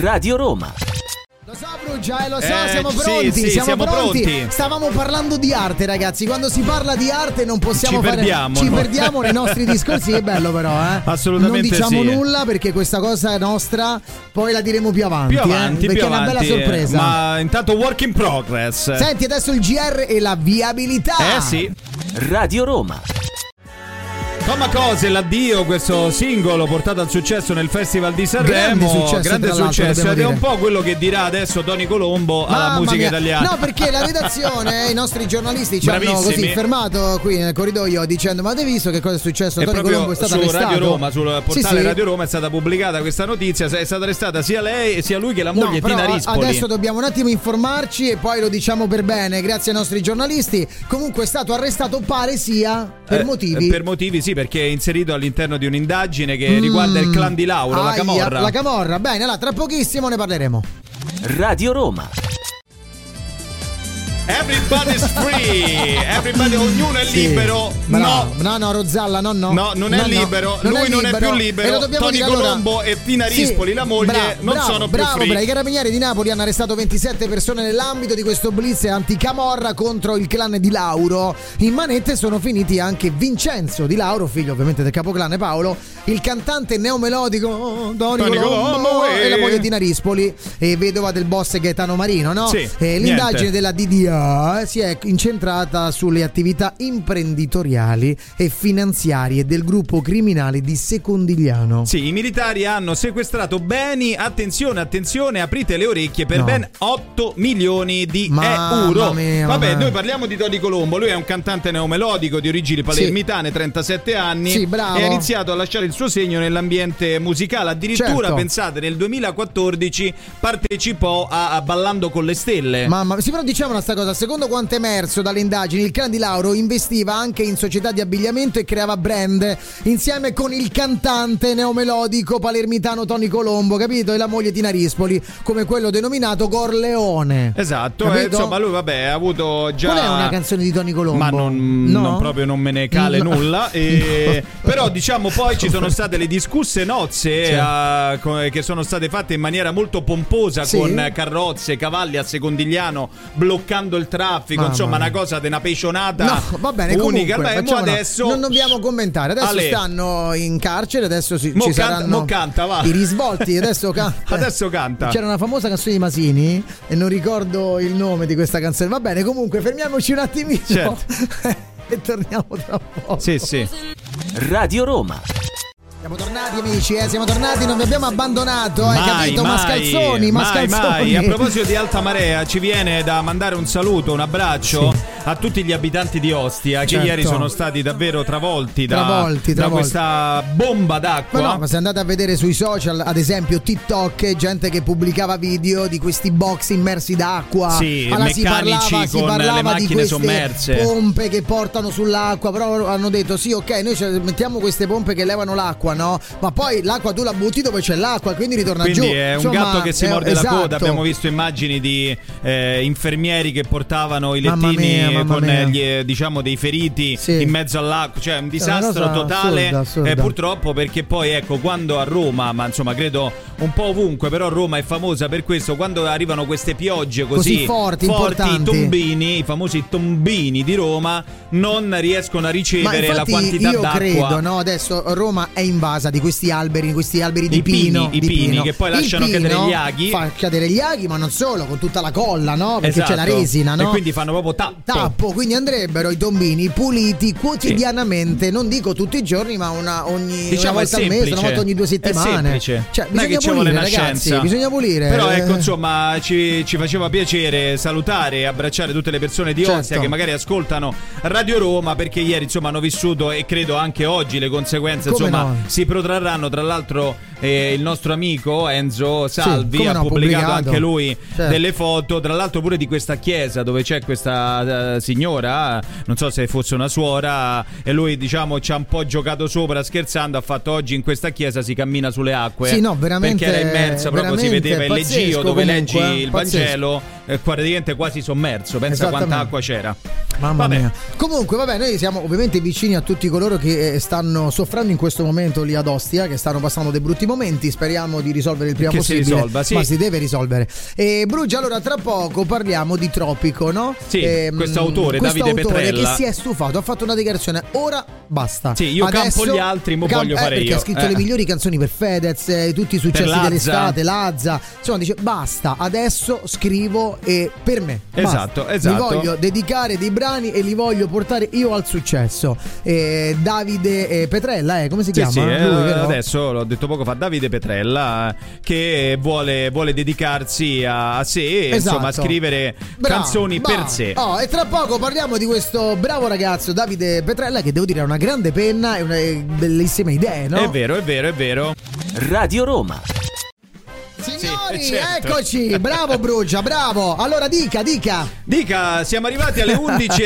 [SPEAKER 1] Radio Roma.
[SPEAKER 3] Lo so Brugia, eh, lo so,
[SPEAKER 2] Eh,
[SPEAKER 3] siamo
[SPEAKER 2] sì,
[SPEAKER 3] pronti,
[SPEAKER 2] sì,
[SPEAKER 3] siamo,
[SPEAKER 2] siamo
[SPEAKER 3] pronti.
[SPEAKER 2] pronti.
[SPEAKER 3] Stavamo parlando di arte, ragazzi. Quando si parla di arte non possiamo
[SPEAKER 2] Ci
[SPEAKER 3] fare
[SPEAKER 2] perdiamo,
[SPEAKER 3] ci
[SPEAKER 2] no?
[SPEAKER 3] perdiamo nei nostri discorsi, che bello però, eh.
[SPEAKER 2] Assolutamente
[SPEAKER 3] Non diciamo
[SPEAKER 2] sì.
[SPEAKER 3] nulla perché questa cosa è nostra, poi la diremo più avanti,
[SPEAKER 2] Più
[SPEAKER 3] eh,
[SPEAKER 2] avanti,
[SPEAKER 3] perché
[SPEAKER 2] più
[SPEAKER 3] è una
[SPEAKER 2] avanti.
[SPEAKER 3] bella sorpresa.
[SPEAKER 2] Ma intanto work in progress.
[SPEAKER 3] Senti adesso il GR e la viabilità.
[SPEAKER 2] Eh sì.
[SPEAKER 1] Radio Roma.
[SPEAKER 2] Toma Cose, l'addio, questo singolo portato al successo nel Festival di Sanremo.
[SPEAKER 3] Grande successo,
[SPEAKER 2] grande
[SPEAKER 3] tra l'altro,
[SPEAKER 2] successo.
[SPEAKER 3] dobbiamo
[SPEAKER 2] Ed è un
[SPEAKER 3] dire.
[SPEAKER 2] po' quello che dirà adesso Tony Colombo alla
[SPEAKER 3] Mamma
[SPEAKER 2] musica
[SPEAKER 3] mia.
[SPEAKER 2] italiana.
[SPEAKER 3] No, perché la redazione, eh, i nostri giornalisti ci hanno
[SPEAKER 2] Bravissimi.
[SPEAKER 3] così fermato qui nel corridoio dicendo: Ma avete visto che cosa è successo?
[SPEAKER 2] E
[SPEAKER 3] Tony
[SPEAKER 2] proprio
[SPEAKER 3] Colombo è stato
[SPEAKER 2] su
[SPEAKER 3] arrestato.
[SPEAKER 2] Radio Roma, sul portale
[SPEAKER 3] Sì, sì.
[SPEAKER 2] Radio Roma è stata pubblicata questa notizia, è stata arrestata sia lei sia lui che la moglie
[SPEAKER 3] No, però
[SPEAKER 2] Tina Rispoli.
[SPEAKER 3] Adesso dobbiamo un attimo informarci e poi lo diciamo per bene, grazie ai nostri giornalisti. Comunque è stato arrestato, pare sia, per
[SPEAKER 2] Eh,
[SPEAKER 3] motivi.
[SPEAKER 2] Per motivi, sì, perché è inserito all'interno di un'indagine che riguarda il clan di Lauro, la
[SPEAKER 3] Aia,
[SPEAKER 2] Camorra.
[SPEAKER 3] La Camorra, bene, allora tra pochissimo ne parleremo.
[SPEAKER 1] Radio Roma.
[SPEAKER 2] Everybody's free, everybody, ognuno è
[SPEAKER 3] Sì.
[SPEAKER 2] libero.
[SPEAKER 3] Bravo.
[SPEAKER 2] No.
[SPEAKER 3] no, no, Rozzalla, no, no.
[SPEAKER 2] No, non è libero, lui non è più libero.
[SPEAKER 3] E lo dobbiamo
[SPEAKER 2] Tony
[SPEAKER 3] dire, allora-
[SPEAKER 2] Colombo e Tina
[SPEAKER 3] Sì,
[SPEAKER 2] Rispoli, la moglie,
[SPEAKER 3] bravo,
[SPEAKER 2] non
[SPEAKER 3] bravo,
[SPEAKER 2] sono più
[SPEAKER 3] bravo,
[SPEAKER 2] free.
[SPEAKER 3] bravo. I carabinieri di Napoli hanno arrestato 27 persone nell'ambito di questo blitz anticamorra contro il clan di Lauro. In manette sono finiti anche Vincenzo di Lauro, figlio ovviamente del capoclan Paolo, il cantante neomelodico Tony,
[SPEAKER 2] Tony
[SPEAKER 3] Colombo,
[SPEAKER 2] Colombo,
[SPEAKER 3] e la
[SPEAKER 2] eh.
[SPEAKER 3] moglie di Narispoli, e vedova del boss Gaetano Marino, no?
[SPEAKER 2] Sì,
[SPEAKER 3] Eh, l'indagine
[SPEAKER 2] niente.
[SPEAKER 3] della DDA si è incentrata sulle attività imprenditoriali e finanziarie del gruppo criminale di Secondigliano.
[SPEAKER 2] Sì, i militari hanno sequestrato beni, attenzione, attenzione, aprite le orecchie, per
[SPEAKER 3] No.
[SPEAKER 2] ben 8 milioni di
[SPEAKER 3] Mamma
[SPEAKER 2] euro.
[SPEAKER 3] mia,
[SPEAKER 2] Vabbè,
[SPEAKER 3] mamma.
[SPEAKER 2] noi parliamo di Tony Colombo, lui è un cantante neomelodico di origini palermitane, 37 anni,
[SPEAKER 3] Sì, bravo.
[SPEAKER 2] e ha iniziato a lasciare il suo segno nell'ambiente musicale. Addirittura,
[SPEAKER 3] Certo.
[SPEAKER 2] pensate, nel 2014 partecipò a, a Ballando con le Stelle.
[SPEAKER 3] Mamma mia, sì, però diciamola sta cosa, secondo quanto è emerso dalle indagini, il clan di Lauro investiva anche in società di abbigliamento e creava brand insieme con il cantante neomelodico palermitano Tony Colombo, capito? E la moglie Tina Rispoli, come quello denominato Corleone.
[SPEAKER 2] Esatto, eh,
[SPEAKER 3] Capito?
[SPEAKER 2] insomma lui vabbè ha avuto già...
[SPEAKER 3] Qual è una canzone di Tony Colombo?
[SPEAKER 2] Ma non,
[SPEAKER 3] No?
[SPEAKER 2] non proprio non me ne cale
[SPEAKER 3] No.
[SPEAKER 2] nulla. e- Però diciamo poi ci sono state le discusse nozze
[SPEAKER 3] Sì.
[SPEAKER 2] eh, co- che sono state fatte in maniera molto pomposa
[SPEAKER 3] Sì.
[SPEAKER 2] con carrozze, cavalli a secondigliano, bloccando il traffico.
[SPEAKER 3] Mamma
[SPEAKER 2] Insomma,
[SPEAKER 3] mia.
[SPEAKER 2] una cosa di una pecionata
[SPEAKER 3] No, va bene,
[SPEAKER 2] unica.
[SPEAKER 3] comunque,
[SPEAKER 2] Beh, mo
[SPEAKER 3] facciamo una-
[SPEAKER 2] adesso
[SPEAKER 3] non dobbiamo commentare. Adesso
[SPEAKER 2] Ale.
[SPEAKER 3] stanno in carcere, adesso si,
[SPEAKER 2] Mo
[SPEAKER 3] ci
[SPEAKER 2] canta-
[SPEAKER 3] saranno
[SPEAKER 2] mo canta, va.
[SPEAKER 3] i risvolti, adesso canta.
[SPEAKER 2] Adesso canta.
[SPEAKER 3] C'era una famosa canzone di Masini e non ricordo il nome di questa canzone. Va bene, comunque, fermiamoci un attimino
[SPEAKER 2] Certo.
[SPEAKER 3] e torniamo tra poco.
[SPEAKER 2] Sì, sì.
[SPEAKER 1] Radio Roma.
[SPEAKER 3] Siamo tornati, amici, eh, siamo tornati, non vi abbiamo abbandonato, Certo, hai capito?
[SPEAKER 2] mai,
[SPEAKER 3] Mascalzoni, mascalzoni.
[SPEAKER 2] mai. A proposito di Alta Marea, ci viene da mandare un saluto, un abbraccio a tutti gli abitanti di Ostia che
[SPEAKER 3] Certo.
[SPEAKER 2] ieri sono stati davvero travolti da,
[SPEAKER 3] Travolti,
[SPEAKER 2] da
[SPEAKER 3] travolti.
[SPEAKER 2] questa bomba d'acqua.
[SPEAKER 3] Ma no, ma se andate a vedere sui social, ad esempio TikTok, gente che pubblicava video di questi box immersi d'acqua.
[SPEAKER 2] Sì,
[SPEAKER 3] Allora, si
[SPEAKER 2] meccanici
[SPEAKER 3] parlava, si
[SPEAKER 2] con le
[SPEAKER 3] parlava di
[SPEAKER 2] macchine
[SPEAKER 3] queste
[SPEAKER 2] sommerse.
[SPEAKER 3] pompe che portano sull'acqua. Però hanno detto: sì, ok, noi ce- mettiamo queste pompe che levano l'acqua, no? Ma poi l'acqua tu la butti dove c'è l'acqua, quindi ritorna
[SPEAKER 2] Quindi
[SPEAKER 3] giù.
[SPEAKER 2] è un
[SPEAKER 3] Insomma,
[SPEAKER 2] gatto che si
[SPEAKER 3] è-
[SPEAKER 2] morde
[SPEAKER 3] esatto.
[SPEAKER 2] la coda. Abbiamo visto immagini di eh, infermieri che portavano i
[SPEAKER 3] Mamma
[SPEAKER 2] lettini
[SPEAKER 3] mia, mamma
[SPEAKER 2] con
[SPEAKER 3] mia.
[SPEAKER 2] eh, gli, eh, diciamo, dei feriti
[SPEAKER 3] Sì.
[SPEAKER 2] in mezzo all'acqua. Cioè, un
[SPEAKER 3] una
[SPEAKER 2] disastro
[SPEAKER 3] cosa
[SPEAKER 2] totale.
[SPEAKER 3] assurda, assurda.
[SPEAKER 2] eh, purtroppo, perché poi, ecco, quando a Roma, ma insomma, credo un po' ovunque, però Roma è famosa per questo. Quando arrivano queste piogge così,
[SPEAKER 3] Così forti,
[SPEAKER 2] i
[SPEAKER 3] importanti.
[SPEAKER 2] tombini, i famosi tombini di Roma, non riescono a
[SPEAKER 3] Ma
[SPEAKER 2] ricevere la
[SPEAKER 3] infatti
[SPEAKER 2] quantità
[SPEAKER 3] io
[SPEAKER 2] d'acqua.
[SPEAKER 3] credo, no? Adesso Roma è invasa di questi alberi, di questi alberi di
[SPEAKER 2] I pini,
[SPEAKER 3] pino.
[SPEAKER 2] i
[SPEAKER 3] di
[SPEAKER 2] pini, che poi
[SPEAKER 3] Il
[SPEAKER 2] lasciano
[SPEAKER 3] pino
[SPEAKER 2] cadere gli aghi.
[SPEAKER 3] Fa cadere gli aghi, ma non solo, con tutta la colla, no? Perché c'è la
[SPEAKER 2] Esatto.
[SPEAKER 3] resina, no?
[SPEAKER 2] E quindi fanno proprio tappo.
[SPEAKER 3] Tappo, quindi andrebbero i tombini puliti quotidianamente, non dico tutti i giorni, ma una, ogni,
[SPEAKER 2] Diciamo,
[SPEAKER 3] una volta
[SPEAKER 2] è
[SPEAKER 3] al mese, una
[SPEAKER 2] semplice.
[SPEAKER 3] volta ogni due
[SPEAKER 2] È
[SPEAKER 3] settimane.
[SPEAKER 2] semplice.
[SPEAKER 3] Cioè,
[SPEAKER 2] Non è
[SPEAKER 3] bisogna
[SPEAKER 2] che ci
[SPEAKER 3] pulire,
[SPEAKER 2] vuole una
[SPEAKER 3] ragazzi,
[SPEAKER 2] scienza.
[SPEAKER 3] bisogna pulire.
[SPEAKER 2] Però
[SPEAKER 3] eh.
[SPEAKER 2] ecco, insomma, ci, ci faceva piacere salutare e abbracciare tutte le persone di
[SPEAKER 3] Certo.
[SPEAKER 2] Ostia che magari ascoltano Radio Roma perché ieri, insomma, hanno vissuto e credo anche oggi le conseguenze,
[SPEAKER 3] Come
[SPEAKER 2] insomma,
[SPEAKER 3] no?
[SPEAKER 2] si protrarranno. Tra l'altro eh, il nostro amico Enzo Salvi
[SPEAKER 3] come
[SPEAKER 2] ha
[SPEAKER 3] no,
[SPEAKER 2] pubblicato,
[SPEAKER 3] pubblicato.
[SPEAKER 2] anche lui
[SPEAKER 3] Certo.
[SPEAKER 2] delle foto, tra l'altro pure di questa chiesa dove c'è questa eh, signora, non so se fosse una suora e lui, diciamo, ci ha un po' giocato sopra scherzando, ha fatto oggi in questa chiesa si cammina sulle acque
[SPEAKER 3] Sì, no, veramente-
[SPEAKER 2] perché era immersa, proprio si
[SPEAKER 3] veramente
[SPEAKER 2] vedeva il
[SPEAKER 3] pazzesco
[SPEAKER 2] leggio dove
[SPEAKER 3] comunque,
[SPEAKER 2] leggi il
[SPEAKER 3] eh, pazzesco.
[SPEAKER 2] Vangelo, eh, praticamente quasi sommerso. Pensa
[SPEAKER 3] Esattamente.
[SPEAKER 2] quanta acqua c'era.
[SPEAKER 3] Mamma
[SPEAKER 2] Vabbè.
[SPEAKER 3] mia. Comunque, vabbè, noi siamo ovviamente vicini a tutti coloro che eh, stanno soffrendo in questo momento lì ad Ostia, che stanno passando dei brutti momenti. Speriamo di risolvere il prima
[SPEAKER 2] Che si
[SPEAKER 3] possibile.
[SPEAKER 2] risolva, sì.
[SPEAKER 3] Ma si deve risolvere. E Brugia, allora tra poco parliamo di Tropico, no?
[SPEAKER 2] Sì,
[SPEAKER 3] Ehm,
[SPEAKER 2] questo autore,
[SPEAKER 3] questo
[SPEAKER 2] Davide
[SPEAKER 3] autore
[SPEAKER 2] Petrella.
[SPEAKER 3] che si è stufato, ha fatto una dichiarazione. Ora basta.
[SPEAKER 2] Sì, io
[SPEAKER 3] Adesso-
[SPEAKER 2] campo gli altri, mo voglio
[SPEAKER 3] eh,
[SPEAKER 2] fare
[SPEAKER 3] perché
[SPEAKER 2] io.
[SPEAKER 3] ha scritto
[SPEAKER 2] Eh.
[SPEAKER 3] le migliori canzoni per Fedez, eh, tutti i successi
[SPEAKER 2] Lazza.
[SPEAKER 3] dell'estate, Lazza. Insomma, dice basta, adesso scrivo e per me. Basta.
[SPEAKER 2] Esatto, esatto.
[SPEAKER 3] Mi voglio dedicare dei brani e li voglio portare io al successo. Eh, Davide eh, Petrella, eh, come si
[SPEAKER 2] Sì,
[SPEAKER 3] chiama?
[SPEAKER 2] sì, eh,
[SPEAKER 3] Lui, vero?
[SPEAKER 2] adesso l'ho detto poco fa Davide Petrella eh, che vuole, vuole dedicarsi a, a sé e
[SPEAKER 3] Esatto.
[SPEAKER 2] insomma a scrivere
[SPEAKER 3] Bravo,
[SPEAKER 2] canzoni
[SPEAKER 3] bravo.
[SPEAKER 2] per sé.
[SPEAKER 3] Oh, e tra poco parliamo di questo bravo ragazzo Davide Petrella che devo dire ha una grande penna e una- e bellissime idee, no?
[SPEAKER 2] È vero, è vero, è vero.
[SPEAKER 1] Radio Roma.
[SPEAKER 3] Signori,
[SPEAKER 2] Sì, certo.
[SPEAKER 3] eccoci, bravo Brugia, bravo. Allora dica, dica.
[SPEAKER 2] Dica, siamo arrivati alle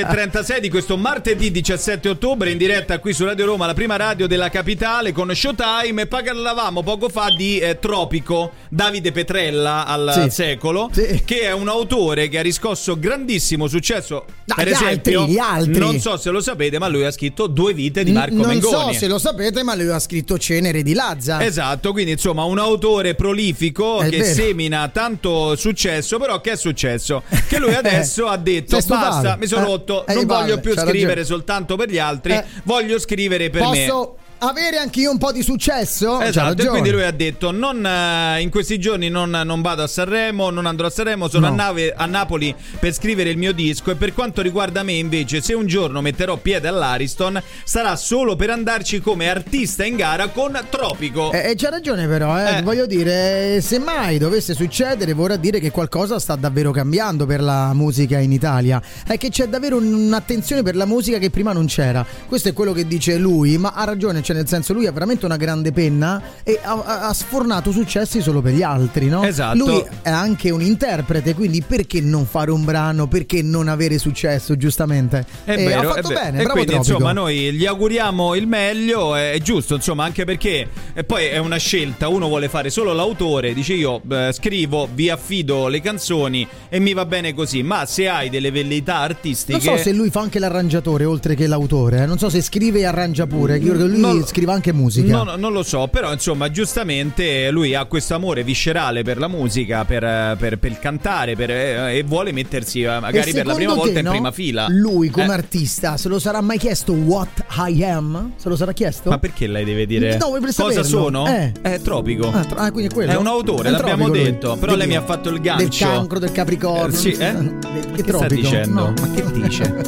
[SPEAKER 2] 11.36 di questo martedì 17 ottobre in diretta qui su Radio Roma, la prima radio della capitale con Showtime e parlavamo poco fa di eh, Tropico, Davide Petrella al
[SPEAKER 3] Sì.
[SPEAKER 2] secolo,
[SPEAKER 3] Sì.
[SPEAKER 2] che è un autore che ha riscosso grandissimo successo.
[SPEAKER 3] Dai,
[SPEAKER 2] per
[SPEAKER 3] gli
[SPEAKER 2] esempio,
[SPEAKER 3] altri, gli altri.
[SPEAKER 2] non so se lo sapete, ma lui ha scritto Due vite di Marco
[SPEAKER 3] non
[SPEAKER 2] Mengoni.
[SPEAKER 3] so se lo sapete, ma lui ha scritto Cenere di Lazza.
[SPEAKER 2] Esatto, quindi insomma un autore prolifico
[SPEAKER 3] Ah. È
[SPEAKER 2] che
[SPEAKER 3] vero.
[SPEAKER 2] semina tanto successo, però che è successo? Che lui adesso ha detto
[SPEAKER 3] Sei stufato.
[SPEAKER 2] basta, mi sono
[SPEAKER 3] Eh,
[SPEAKER 2] rotto,
[SPEAKER 3] eh,
[SPEAKER 2] non
[SPEAKER 3] vale,
[SPEAKER 2] voglio più
[SPEAKER 3] c'ha
[SPEAKER 2] scrivere
[SPEAKER 3] ragione.
[SPEAKER 2] soltanto per gli altri,
[SPEAKER 3] Eh.
[SPEAKER 2] voglio scrivere per me.
[SPEAKER 3] Posso avere anche io un po' di successo? C'ha
[SPEAKER 2] Esatto, e
[SPEAKER 3] ragione.
[SPEAKER 2] quindi lui ha detto: non, eh, In questi giorni non, non vado a Sanremo, non andrò a Sanremo, sono
[SPEAKER 3] No.
[SPEAKER 2] a, nave- a Napoli per scrivere il mio disco. E per quanto riguarda me, invece, se un giorno metterò piede all'Ariston, sarà solo per andarci come artista in gara con Tropico.
[SPEAKER 3] Eh, eh, c'ha ragione però, eh.
[SPEAKER 2] Eh.
[SPEAKER 3] voglio dire, eh, se mai dovesse succedere vorrà dire che qualcosa sta davvero cambiando per la musica in Italia, è che c'è davvero un- un'attenzione per la musica che prima non c'era, questo è quello che dice lui, ma ha ragione, cioè nel senso lui ha veramente una grande penna e ha, ha- ha sfornato successi solo per gli altri, no?
[SPEAKER 2] Esatto.
[SPEAKER 3] Lui è anche un interprete, quindi perché non fare un brano, perché non avere successo, giustamente?
[SPEAKER 2] È
[SPEAKER 3] E
[SPEAKER 2] Eh, vero,
[SPEAKER 3] Eh, ha
[SPEAKER 2] è
[SPEAKER 3] fatto
[SPEAKER 2] vero.
[SPEAKER 3] bene,
[SPEAKER 2] e
[SPEAKER 3] bravo
[SPEAKER 2] quindi
[SPEAKER 3] Tropico.
[SPEAKER 2] insomma noi gli auguriamo il meglio, eh, è, è giusto insomma anche perché e poi è una scelta, uno vuole fare solo l'autore, dice io eh, scrivo, vi affido le canzoni e mi va bene così, ma se hai delle velleità
[SPEAKER 3] Non
[SPEAKER 2] artistiche...
[SPEAKER 3] so se lui fa anche l'arrangiatore oltre che l'autore, eh. non so se scrive e arrangia pure, io credo che lui
[SPEAKER 2] Non-
[SPEAKER 3] scriva anche musica.
[SPEAKER 2] No, no, non lo so, però insomma giustamente lui ha questo amore viscerale per la musica, per, eh, per- per il cantare per, eh, e vuole mettersi eh, magari
[SPEAKER 3] E
[SPEAKER 2] per la prima
[SPEAKER 3] secondo
[SPEAKER 2] volta
[SPEAKER 3] te,
[SPEAKER 2] in
[SPEAKER 3] no,
[SPEAKER 2] prima fila.
[SPEAKER 3] Lui come
[SPEAKER 2] Eh,
[SPEAKER 3] artista se lo sarà mai chiesto what I am? Se lo sarà chiesto?
[SPEAKER 2] Ma perché lei deve dire
[SPEAKER 3] No, per
[SPEAKER 2] cosa
[SPEAKER 3] saperlo.
[SPEAKER 2] sono?
[SPEAKER 3] Eh.
[SPEAKER 2] È tropico.
[SPEAKER 3] Ah, tro- ah, quindi è quello?
[SPEAKER 2] È un autore,
[SPEAKER 3] È un
[SPEAKER 2] l'abbiamo
[SPEAKER 3] tropico lui.
[SPEAKER 2] detto. Però
[SPEAKER 3] Di
[SPEAKER 2] lei
[SPEAKER 3] chi?
[SPEAKER 2] mi ha fatto il
[SPEAKER 3] Del
[SPEAKER 2] gancio.
[SPEAKER 3] cancro, del capricorno.
[SPEAKER 2] Eh, sì, eh?
[SPEAKER 3] Del-
[SPEAKER 2] Ma
[SPEAKER 3] Che
[SPEAKER 2] che sta
[SPEAKER 3] tropico?
[SPEAKER 2] dicendo?
[SPEAKER 3] No.
[SPEAKER 2] Ma che dice?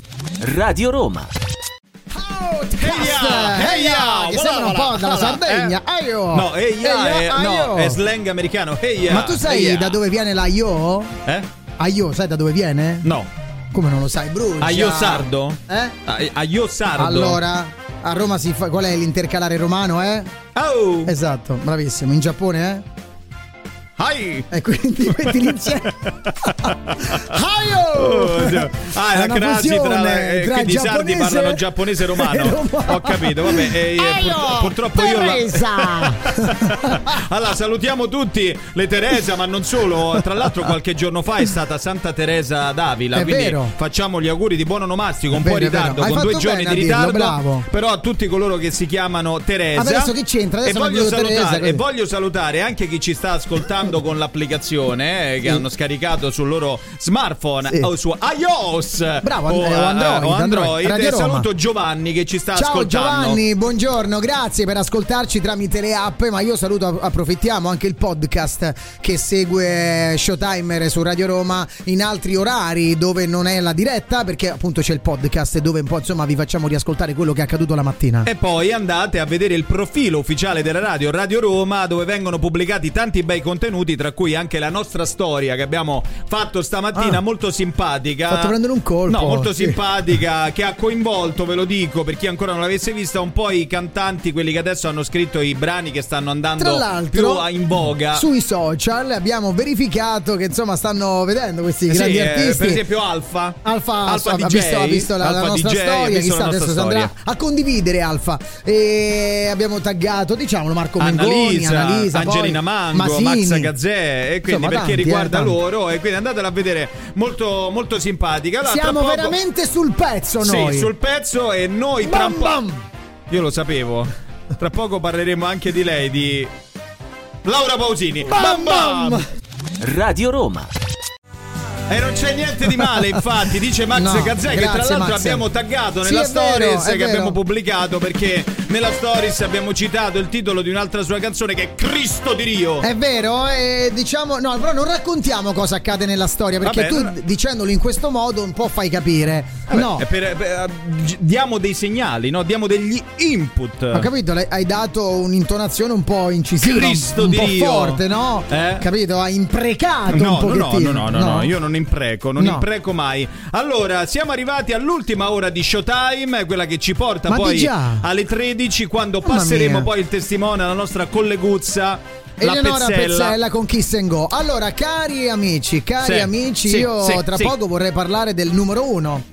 [SPEAKER 1] Radio Roma.
[SPEAKER 3] Outcast!
[SPEAKER 2] Eia,
[SPEAKER 3] Eia! Che
[SPEAKER 2] voilà,
[SPEAKER 3] sembra un
[SPEAKER 2] voilà,
[SPEAKER 3] po' dalla
[SPEAKER 2] voilà,
[SPEAKER 3] Sardegna.
[SPEAKER 2] eh.
[SPEAKER 3] Aio!
[SPEAKER 2] No, eia, è, no,
[SPEAKER 3] aio!
[SPEAKER 2] è slang americano. Eia,
[SPEAKER 3] ah, Ma tu sai
[SPEAKER 2] eia.
[SPEAKER 3] da dove viene la Io?
[SPEAKER 2] Eh?
[SPEAKER 3] Aio, sai da dove viene?
[SPEAKER 2] No.
[SPEAKER 3] Come non lo sai, Brugia?
[SPEAKER 2] Aio sardo?
[SPEAKER 3] Eh?
[SPEAKER 2] A- Aio sardo.
[SPEAKER 3] Allora, a Roma si fa. Qual è l'intercalare romano, eh?
[SPEAKER 2] Au.
[SPEAKER 3] Esatto, bravissimo. In Giappone,
[SPEAKER 2] Ai.
[SPEAKER 3] eh? E quindi metti l'insieme.
[SPEAKER 2] Oh, sì.
[SPEAKER 3] Aio!
[SPEAKER 2] Ah,
[SPEAKER 3] Eh, È
[SPEAKER 2] è
[SPEAKER 3] una
[SPEAKER 2] la crasi
[SPEAKER 3] fusione
[SPEAKER 2] tra, eh,
[SPEAKER 3] tra
[SPEAKER 2] quindi i sardi
[SPEAKER 3] giapponese
[SPEAKER 2] parlano giapponese e romano.
[SPEAKER 3] e romano.
[SPEAKER 2] Ho capito, vabbè. eh, pur- purtroppo io la- Allora, salutiamo tutti le Teresa, ma non solo. Tra l'altro, qualche giorno fa è stata Santa Teresa d'Avila.
[SPEAKER 3] È
[SPEAKER 2] quindi
[SPEAKER 3] vero.
[SPEAKER 2] facciamo gli auguri di buon onomastico, un
[SPEAKER 3] È
[SPEAKER 2] po' in
[SPEAKER 3] vero, è
[SPEAKER 2] ritardo,
[SPEAKER 3] vero. Hai
[SPEAKER 2] con due
[SPEAKER 3] fatto
[SPEAKER 2] giorni
[SPEAKER 3] bene
[SPEAKER 2] di
[SPEAKER 3] a dirlo,
[SPEAKER 2] ritardo.
[SPEAKER 3] bravo.
[SPEAKER 2] Però a tutti coloro che si chiamano Teresa.
[SPEAKER 3] Vabbè, adesso chi c'entra? Adesso
[SPEAKER 2] e,
[SPEAKER 3] non
[SPEAKER 2] voglio
[SPEAKER 3] dico Teresa,
[SPEAKER 2] salutare,
[SPEAKER 3] così.
[SPEAKER 2] e voglio salutare anche chi ci sta ascoltando con l'applicazione eh, che
[SPEAKER 3] Sì.
[SPEAKER 2] hanno scaricato sul loro smartphone
[SPEAKER 3] Sì.
[SPEAKER 2] o su iOS.
[SPEAKER 3] Bravo,
[SPEAKER 2] o,
[SPEAKER 3] eh, o
[SPEAKER 2] eh,
[SPEAKER 3] Android,
[SPEAKER 2] o
[SPEAKER 3] Android.
[SPEAKER 2] Android.
[SPEAKER 3] Radio
[SPEAKER 2] E
[SPEAKER 3] Roma.
[SPEAKER 2] saluto Giovanni che ci sta
[SPEAKER 3] Ciao
[SPEAKER 2] ascoltando.
[SPEAKER 3] Giovanni, buongiorno, grazie per ascoltarci tramite le app, ma io saluto, approfittiamo anche il podcast che segue Showtimer su Radio Roma in altri orari dove non è la diretta, perché appunto c'è il podcast dove un po' insomma vi facciamo riascoltare quello che è accaduto la mattina.
[SPEAKER 2] E poi andate a vedere il profilo ufficiale della radio, Radio Roma, dove vengono pubblicati tanti bei contenuti, tra cui anche la nostra storia che abbiamo fatto stamattina,
[SPEAKER 3] Ah.
[SPEAKER 2] molto simpatica.
[SPEAKER 3] Fatto prendere un colpo,
[SPEAKER 2] No, molto
[SPEAKER 3] sì.
[SPEAKER 2] simpatica, che ha coinvolto, ve lo dico, per chi ancora non l'avesse vista, un po' i cantanti, quelli che adesso hanno scritto i brani che stanno
[SPEAKER 3] Tra
[SPEAKER 2] andando più
[SPEAKER 3] l'altro,
[SPEAKER 2] a- in voga.
[SPEAKER 3] sui social abbiamo verificato che insomma stanno vedendo questi
[SPEAKER 2] Sì,
[SPEAKER 3] grandi
[SPEAKER 2] eh,
[SPEAKER 3] artisti.
[SPEAKER 2] per esempio Alfa
[SPEAKER 3] Alfa,
[SPEAKER 2] Alfa
[SPEAKER 3] ha
[SPEAKER 2] DJ,
[SPEAKER 3] visto, ha visto la, la
[SPEAKER 2] Alfa
[SPEAKER 3] nostra
[SPEAKER 2] DJ, ha
[SPEAKER 3] storia,
[SPEAKER 2] visto
[SPEAKER 3] chissà
[SPEAKER 2] la nostra
[SPEAKER 3] adesso si andrà
[SPEAKER 2] storia.
[SPEAKER 3] a condividere Alfa. E abbiamo taggato, diciamolo, Marco Mengoni,
[SPEAKER 2] Annalisa,
[SPEAKER 3] Annalisa, poi
[SPEAKER 2] Angelina Mango,
[SPEAKER 3] Masini.
[SPEAKER 2] Max Gazzè e quindi
[SPEAKER 3] Insomma,
[SPEAKER 2] perché
[SPEAKER 3] tanti, eh,
[SPEAKER 2] riguarda
[SPEAKER 3] tanti.
[SPEAKER 2] loro e quindi andatela a vedere molto, molto simpatica Allora, tra
[SPEAKER 3] Siamo
[SPEAKER 2] poco-
[SPEAKER 3] veramente sul pezzo noi.
[SPEAKER 2] sì, sul pezzo e noi tra
[SPEAKER 3] Bam,
[SPEAKER 2] po-
[SPEAKER 3] bam.
[SPEAKER 2] io lo sapevo tra poco parleremo anche di lei di Laura Pausini
[SPEAKER 3] Bam, bam.
[SPEAKER 1] Radio Roma.
[SPEAKER 2] e non c'è niente di male infatti dice Max
[SPEAKER 3] No,
[SPEAKER 2] Gazzè che tra
[SPEAKER 3] grazie,
[SPEAKER 2] l'altro
[SPEAKER 3] Max.
[SPEAKER 2] abbiamo taggato
[SPEAKER 3] Sì,
[SPEAKER 2] nella
[SPEAKER 3] è vero,
[SPEAKER 2] stories
[SPEAKER 3] è
[SPEAKER 2] che
[SPEAKER 3] vero.
[SPEAKER 2] abbiamo pubblicato perché nella stories abbiamo citato il titolo di un'altra sua canzone che è Cristo di Rio
[SPEAKER 3] È vero, e diciamo, no, però non raccontiamo cosa accade nella storia perché
[SPEAKER 2] Vabbè,
[SPEAKER 3] tu
[SPEAKER 2] allora-
[SPEAKER 3] dicendolo in questo modo un po' fai capire.
[SPEAKER 2] Vabbè,
[SPEAKER 3] no,
[SPEAKER 2] è per- per- gi- diamo dei segnali, no? diamo degli input.
[SPEAKER 3] Ho capito, lei- hai dato un'intonazione un po' incisiva, un-
[SPEAKER 2] Cristo
[SPEAKER 3] un,
[SPEAKER 2] di
[SPEAKER 3] po'
[SPEAKER 2] Dio.
[SPEAKER 3] forte, no?
[SPEAKER 2] Eh?
[SPEAKER 3] Capito? Hai imprecato un
[SPEAKER 2] No, no, no,
[SPEAKER 3] pochettino.
[SPEAKER 2] no, no, no, no, io non impreco, non
[SPEAKER 3] No.
[SPEAKER 2] impreco mai. Allora, siamo arrivati all'ultima ora di Showtime, quella che ci porta
[SPEAKER 3] Ma di
[SPEAKER 2] poi
[SPEAKER 3] già?
[SPEAKER 2] alle 13, quando
[SPEAKER 3] Mamma
[SPEAKER 2] passeremo
[SPEAKER 3] mia.
[SPEAKER 2] poi il testimone alla nostra colleguzza la
[SPEAKER 3] Eleonora
[SPEAKER 2] Pezzella.
[SPEAKER 3] Pezzella con Kiss and Go. Allora, cari amici, cari
[SPEAKER 2] Sì,
[SPEAKER 3] amici,
[SPEAKER 2] sì,
[SPEAKER 3] io
[SPEAKER 2] sì,
[SPEAKER 3] tra
[SPEAKER 2] sì.
[SPEAKER 3] poco vorrei parlare del numero uno.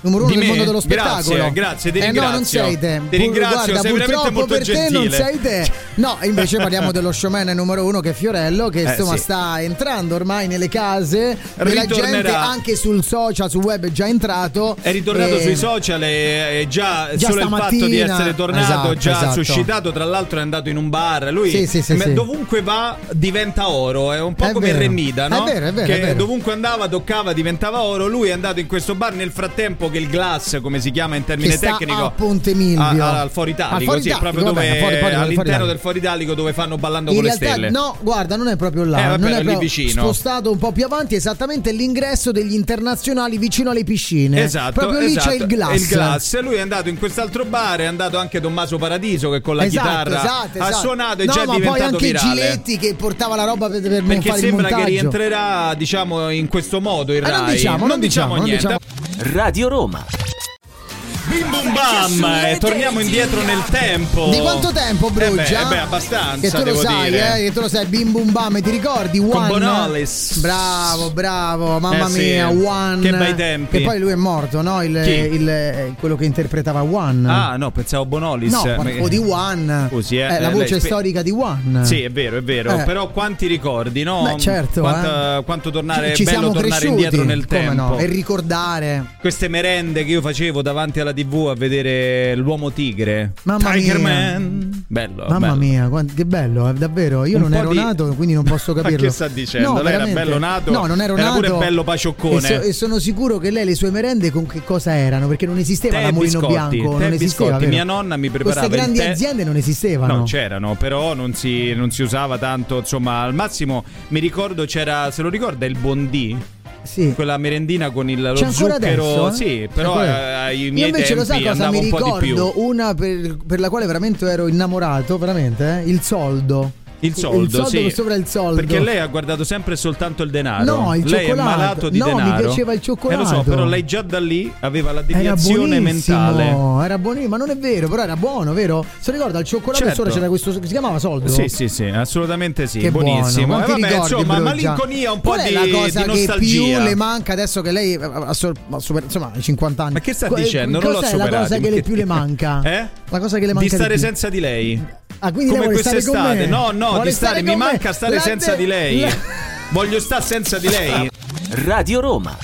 [SPEAKER 3] Numero uno
[SPEAKER 2] Di
[SPEAKER 3] del
[SPEAKER 2] me?
[SPEAKER 3] mondo dello
[SPEAKER 2] Grazie,
[SPEAKER 3] spettacolo.
[SPEAKER 2] grazie, ti
[SPEAKER 3] eh no, non
[SPEAKER 2] ringrazio.
[SPEAKER 3] sei
[SPEAKER 2] Ti
[SPEAKER 3] te. Pur-
[SPEAKER 2] ringrazio,
[SPEAKER 3] guarda,
[SPEAKER 2] sei veramente
[SPEAKER 3] purtroppo
[SPEAKER 2] molto
[SPEAKER 3] per te non
[SPEAKER 2] gentile.
[SPEAKER 3] sei te. No, invece parliamo dello showman numero uno che è Fiorello, che
[SPEAKER 2] Eh,
[SPEAKER 3] insomma
[SPEAKER 2] sì.
[SPEAKER 3] sta entrando ormai nelle case. Della gente
[SPEAKER 2] Ritornerà.
[SPEAKER 3] anche sul social, sul web è già entrato.
[SPEAKER 2] È ritornato
[SPEAKER 3] E-
[SPEAKER 2] sui social e, e già,
[SPEAKER 3] Eh, Già
[SPEAKER 2] solo il fatto di
[SPEAKER 3] stamattina.
[SPEAKER 2] essere tornato
[SPEAKER 3] Esatto,
[SPEAKER 2] già
[SPEAKER 3] esatto.
[SPEAKER 2] suscitato, tra l'altro è andato in un bar, lui
[SPEAKER 3] Sì, sì, sì,
[SPEAKER 2] ma
[SPEAKER 3] sì.
[SPEAKER 2] dovunque va diventa oro, è un po'
[SPEAKER 3] È
[SPEAKER 2] come
[SPEAKER 3] vero.
[SPEAKER 2] Remida, no?
[SPEAKER 3] È vero, è vero,
[SPEAKER 2] che
[SPEAKER 3] è vero.
[SPEAKER 2] dovunque andava, toccava, diventava oro, lui è andato in questo bar nel frattempo che il glass, come si chiama in termine
[SPEAKER 3] che sta
[SPEAKER 2] tecnico,
[SPEAKER 3] a Ponte
[SPEAKER 2] a-
[SPEAKER 3] Milvio
[SPEAKER 2] a- al Foro Italico,
[SPEAKER 3] Al Foro
[SPEAKER 2] sì,
[SPEAKER 3] Italico,
[SPEAKER 2] proprio
[SPEAKER 3] vabbè,
[SPEAKER 2] dove,
[SPEAKER 3] fuori- fuori- fuori-
[SPEAKER 2] all'interno
[SPEAKER 3] fuori-
[SPEAKER 2] del Foro Italico dove fanno ballando
[SPEAKER 3] in
[SPEAKER 2] con
[SPEAKER 3] realtà,
[SPEAKER 2] le stelle.
[SPEAKER 3] No, guarda, non è proprio là.
[SPEAKER 2] Eh, vabbè,
[SPEAKER 3] non è
[SPEAKER 2] lì
[SPEAKER 3] proprio
[SPEAKER 2] vicino.
[SPEAKER 3] spostato un po' più avanti, esattamente l'ingresso degli internazionali vicino alle piscine.
[SPEAKER 2] Esatto,
[SPEAKER 3] Eh, Proprio lì
[SPEAKER 2] esatto.
[SPEAKER 3] c'è il glass.
[SPEAKER 2] Il glass. Lui è andato in quest'altro bar, è andato anche Tommaso Paradiso che con la
[SPEAKER 3] esatto,
[SPEAKER 2] chitarra
[SPEAKER 3] esatto,
[SPEAKER 2] ha
[SPEAKER 3] esatto.
[SPEAKER 2] suonato e
[SPEAKER 3] no,
[SPEAKER 2] già è
[SPEAKER 3] ma poi
[SPEAKER 2] diventato
[SPEAKER 3] anche
[SPEAKER 2] virale.
[SPEAKER 3] Giletti che portava la roba per, per non
[SPEAKER 2] perché
[SPEAKER 3] fare il
[SPEAKER 2] sembra che
[SPEAKER 3] montaggio.
[SPEAKER 2] rientrerà, diciamo, in questo modo il
[SPEAKER 3] Eh, non
[SPEAKER 2] Rai.
[SPEAKER 3] diciamo, non diciamo, non
[SPEAKER 2] niente.
[SPEAKER 3] diciamo.
[SPEAKER 1] Radio Roma.
[SPEAKER 2] Bim bum bam, eh, torniamo indietro nel tempo.
[SPEAKER 3] Di quanto tempo, Bruggia?
[SPEAKER 2] Eh beh, eh beh, abbastanza,
[SPEAKER 3] Che tu lo
[SPEAKER 2] devo
[SPEAKER 3] sai,
[SPEAKER 2] dire.
[SPEAKER 3] eh, che tu lo sai, bim bum bam, e ti ricordi? One.
[SPEAKER 2] Bonolis.
[SPEAKER 3] Bravo, bravo, mamma
[SPEAKER 2] Eh sì,
[SPEAKER 3] mia, One.
[SPEAKER 2] che bei tempi.
[SPEAKER 3] E poi lui è morto, no? Il,
[SPEAKER 2] Chi?
[SPEAKER 3] il- eh, quello che interpretava One.
[SPEAKER 2] Ah, no, pensavo Bonolis.
[SPEAKER 3] No,
[SPEAKER 2] Ma-
[SPEAKER 3] o di One.
[SPEAKER 2] Così, eh,
[SPEAKER 3] la
[SPEAKER 2] eh,
[SPEAKER 3] voce
[SPEAKER 2] lei spe-
[SPEAKER 3] storica di One.
[SPEAKER 2] Sì, è vero, è vero.
[SPEAKER 3] Eh.
[SPEAKER 2] Però quanti ricordi, no?
[SPEAKER 3] Beh, certo,
[SPEAKER 2] Quanta-
[SPEAKER 3] eh.
[SPEAKER 2] Quanto tornare
[SPEAKER 3] ci
[SPEAKER 2] è bello
[SPEAKER 3] siamo
[SPEAKER 2] tornare
[SPEAKER 3] cresciuti,
[SPEAKER 2] indietro nel
[SPEAKER 3] come
[SPEAKER 2] tempo.
[SPEAKER 3] no, e ricordare.
[SPEAKER 2] Queste merende che io facevo davanti alla TV a vedere l'uomo tigre.
[SPEAKER 3] Mamma
[SPEAKER 2] Tiger
[SPEAKER 3] mia.
[SPEAKER 2] Man. Bello.
[SPEAKER 3] Mamma
[SPEAKER 2] bello.
[SPEAKER 3] mia, quant- che bello, eh, davvero. Io
[SPEAKER 2] Un
[SPEAKER 3] non
[SPEAKER 2] po'
[SPEAKER 3] ero
[SPEAKER 2] di-
[SPEAKER 3] nato, quindi non posso
[SPEAKER 2] Ma
[SPEAKER 3] capirlo.
[SPEAKER 2] che sta dicendo? Lei era
[SPEAKER 3] veramente.
[SPEAKER 2] bello nato?
[SPEAKER 3] No, non ero
[SPEAKER 2] Era
[SPEAKER 3] nato.
[SPEAKER 2] pure bello pacioccone.
[SPEAKER 3] E, e sono sicuro che lei le sue merende con che cosa erano? Perché non esisteva
[SPEAKER 2] Tè e
[SPEAKER 3] la Mulino
[SPEAKER 2] biscotti,
[SPEAKER 3] Bianco,
[SPEAKER 2] tè e
[SPEAKER 3] non esisteva.
[SPEAKER 2] biscotti.
[SPEAKER 3] vero?
[SPEAKER 2] Mia nonna mi preparava
[SPEAKER 3] Queste grandi
[SPEAKER 2] il tè.
[SPEAKER 3] aziende non esistevano.
[SPEAKER 2] No, c'erano, però non si, non si usava tanto. Insomma, al massimo mi ricordo c'era, se lo ricorda, il Bondi.
[SPEAKER 3] sì.
[SPEAKER 2] Quella merendina con il, lo
[SPEAKER 3] C'è ancora
[SPEAKER 2] zucchero.
[SPEAKER 3] adesso, eh?
[SPEAKER 2] Sì,
[SPEAKER 3] C'è
[SPEAKER 2] però
[SPEAKER 3] ancora
[SPEAKER 2] eh,
[SPEAKER 3] adesso.
[SPEAKER 2] ai
[SPEAKER 3] Io
[SPEAKER 2] miei
[SPEAKER 3] invece
[SPEAKER 2] tempi
[SPEAKER 3] lo sai cosa
[SPEAKER 2] andava
[SPEAKER 3] mi
[SPEAKER 2] un po' di più.
[SPEAKER 3] ricordo? Una per, per la quale veramente ero innamorato, veramente, eh? il soldo.
[SPEAKER 2] Il soldo,
[SPEAKER 3] il soldo
[SPEAKER 2] sì.
[SPEAKER 3] che sopra il soldo.
[SPEAKER 2] Perché lei ha guardato sempre soltanto il denaro.
[SPEAKER 3] No, il
[SPEAKER 2] lei
[SPEAKER 3] cioccolato.
[SPEAKER 2] è malato di
[SPEAKER 3] No, mi
[SPEAKER 2] denaro.
[SPEAKER 3] piaceva il cioccolato.
[SPEAKER 2] Eh, lo so, però lei già da lì aveva la
[SPEAKER 3] era
[SPEAKER 2] deviazione
[SPEAKER 3] buonissimo,
[SPEAKER 2] mentale.
[SPEAKER 3] era buonissimo, ma non è vero, però era buono, vero? Se ricorda al cioccolato
[SPEAKER 2] Certo.
[SPEAKER 3] sopra c'era questo si chiamava soldo.
[SPEAKER 2] Sì, sì, sì, assolutamente sì.
[SPEAKER 3] Che
[SPEAKER 2] buonissimo.
[SPEAKER 3] buono.
[SPEAKER 2] Eh,
[SPEAKER 3] Quanti
[SPEAKER 2] vabbè,
[SPEAKER 3] ricordi,
[SPEAKER 2] insomma,
[SPEAKER 3] Bruggia?
[SPEAKER 2] malinconia, un po'
[SPEAKER 3] Qual è
[SPEAKER 2] di,
[SPEAKER 3] la cosa
[SPEAKER 2] di
[SPEAKER 3] che
[SPEAKER 2] nostalgia.
[SPEAKER 3] più le manca adesso che lei ha ha sor- ha super- insomma, ha 50 anni.
[SPEAKER 2] Ma che sta
[SPEAKER 3] Co-
[SPEAKER 2] dicendo? Non l'ho
[SPEAKER 3] Cos'è la
[SPEAKER 2] superati,
[SPEAKER 3] cosa che
[SPEAKER 2] ma
[SPEAKER 3] le
[SPEAKER 2] che-
[SPEAKER 3] più le manca?
[SPEAKER 2] Eh?
[SPEAKER 3] La cosa che le manca
[SPEAKER 2] di stare
[SPEAKER 3] più.
[SPEAKER 2] senza di lei.
[SPEAKER 3] Ah, quindi
[SPEAKER 2] Come
[SPEAKER 3] lei vuole stare con
[SPEAKER 2] quest'estate.
[SPEAKER 3] me?
[SPEAKER 2] No, no,
[SPEAKER 3] Vuole
[SPEAKER 2] di stare,
[SPEAKER 3] stare
[SPEAKER 2] mi
[SPEAKER 3] con me?
[SPEAKER 2] manca stare
[SPEAKER 3] La
[SPEAKER 2] senza
[SPEAKER 3] de-
[SPEAKER 2] di lei.
[SPEAKER 3] la-
[SPEAKER 2] Voglio stare senza di lei.
[SPEAKER 1] Radio Roma.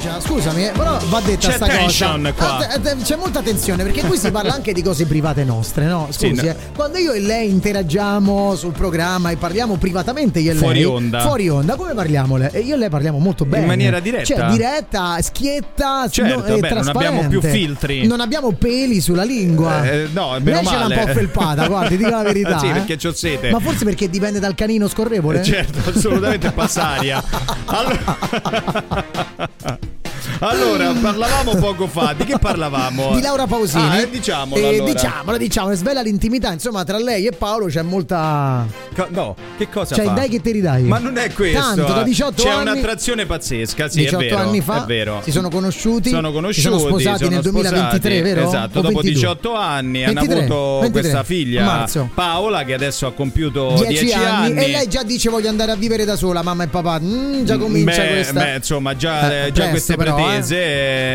[SPEAKER 3] Già, Scusami, eh, però va detta
[SPEAKER 2] C'è
[SPEAKER 3] sta
[SPEAKER 2] tension
[SPEAKER 3] cosa.
[SPEAKER 2] qua.
[SPEAKER 3] Ah, te- te- C'è molta tensione perché qui si parla anche di cose private nostre, no? Scusi,
[SPEAKER 2] Sì, no.
[SPEAKER 3] eh, quando io e lei interagiamo sul programma e parliamo privatamente io e lei.
[SPEAKER 2] Fuori onda.
[SPEAKER 3] Fuori onda, come parliamo? Le- Io e lei parliamo molto bene.
[SPEAKER 2] maniera diretta.
[SPEAKER 3] Cioè, diretta, schietta,
[SPEAKER 2] Certo,
[SPEAKER 3] no, e
[SPEAKER 2] beh, non abbiamo
[SPEAKER 3] trasparente.
[SPEAKER 2] più filtri.
[SPEAKER 3] Non abbiamo peli sulla lingua.
[SPEAKER 2] Eh, no, meno
[SPEAKER 3] Ah. lei ce l'ha un
[SPEAKER 2] male.
[SPEAKER 3] po' felpata, guardi, dica la verità.
[SPEAKER 2] Sì,
[SPEAKER 3] eh.
[SPEAKER 2] perché c'ho sete.
[SPEAKER 3] Ma forse perché dipende dal canino scorrevole.
[SPEAKER 2] Eh, Certo, assolutamente passaria. Allora... Allora, parlavamo poco fa, di che parlavamo?
[SPEAKER 3] di Laura Pausini.
[SPEAKER 2] Ah, eh, diciamolo
[SPEAKER 3] Eh,
[SPEAKER 2] allora.
[SPEAKER 3] diciamolo, diciamolo, svela l'intimità. Insomma, tra lei e Paolo c'è molta.
[SPEAKER 2] Co- no, che cosa
[SPEAKER 3] Cioè,
[SPEAKER 2] fa?
[SPEAKER 3] dai che te ridai.
[SPEAKER 2] Ma non è questo.
[SPEAKER 3] Tanto, da
[SPEAKER 2] eh.
[SPEAKER 3] 18
[SPEAKER 2] C'è
[SPEAKER 3] anni-
[SPEAKER 2] un'attrazione pazzesca, sì,
[SPEAKER 3] 18
[SPEAKER 2] è vero.
[SPEAKER 3] anni fa
[SPEAKER 2] è vero.
[SPEAKER 3] si sono conosciuti.
[SPEAKER 2] sono conosciuti,
[SPEAKER 3] si sono sposati
[SPEAKER 2] sono
[SPEAKER 3] nel 2023,
[SPEAKER 2] sposati,
[SPEAKER 3] vero?
[SPEAKER 2] Esatto,
[SPEAKER 3] O
[SPEAKER 2] dopo
[SPEAKER 3] 22?
[SPEAKER 2] 18 anni hanno
[SPEAKER 3] 23,
[SPEAKER 2] avuto
[SPEAKER 3] 23,
[SPEAKER 2] questa figlia
[SPEAKER 3] a marzo.
[SPEAKER 2] Paola che adesso ha compiuto
[SPEAKER 3] 10,
[SPEAKER 2] 10, anni.
[SPEAKER 3] e lei già dice voglio andare a vivere da sola, mamma e papà. Mm, già comincia
[SPEAKER 2] Beh,
[SPEAKER 3] questa.
[SPEAKER 2] beh, insomma, già,
[SPEAKER 3] Eh,
[SPEAKER 2] eh, già
[SPEAKER 3] presto,
[SPEAKER 2] queste
[SPEAKER 3] però,
[SPEAKER 2] pretese.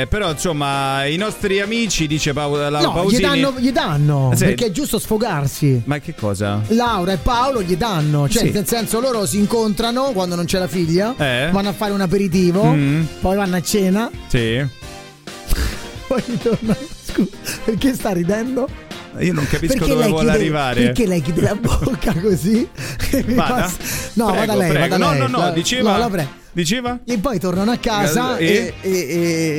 [SPEAKER 2] eh, Però, insomma, i nostri amici, dice Paola Laura
[SPEAKER 3] no, gli
[SPEAKER 2] Pausini.
[SPEAKER 3] danno, gli danno
[SPEAKER 2] Sì.
[SPEAKER 3] perché è giusto sfogarsi.
[SPEAKER 2] Ma che cosa?
[SPEAKER 3] Laura e Paolo gli danno, cioè
[SPEAKER 2] Sì.
[SPEAKER 3] nel senso loro si incontrano quando non c'è la figlia,
[SPEAKER 2] Eh.
[SPEAKER 3] vanno a fare un aperitivo,
[SPEAKER 2] Mm.
[SPEAKER 3] poi vanno a cena,
[SPEAKER 2] Sì.
[SPEAKER 3] poi ritornano. Scusa, perché sta ridendo?
[SPEAKER 2] Io non capisco
[SPEAKER 3] perché
[SPEAKER 2] dove
[SPEAKER 3] lei
[SPEAKER 2] vuole
[SPEAKER 3] chiude-
[SPEAKER 2] arrivare.
[SPEAKER 3] Perché lei chiude la bocca così? Mi
[SPEAKER 2] Vada?
[SPEAKER 3] passa- No,
[SPEAKER 2] Prego,
[SPEAKER 3] vada lei,
[SPEAKER 2] prego.
[SPEAKER 3] vada lei.
[SPEAKER 2] No, no, no,
[SPEAKER 3] Va-
[SPEAKER 2] diceva.
[SPEAKER 3] no, la pre-
[SPEAKER 2] diceva?
[SPEAKER 3] E poi tornano a casa e,
[SPEAKER 2] E?
[SPEAKER 3] e-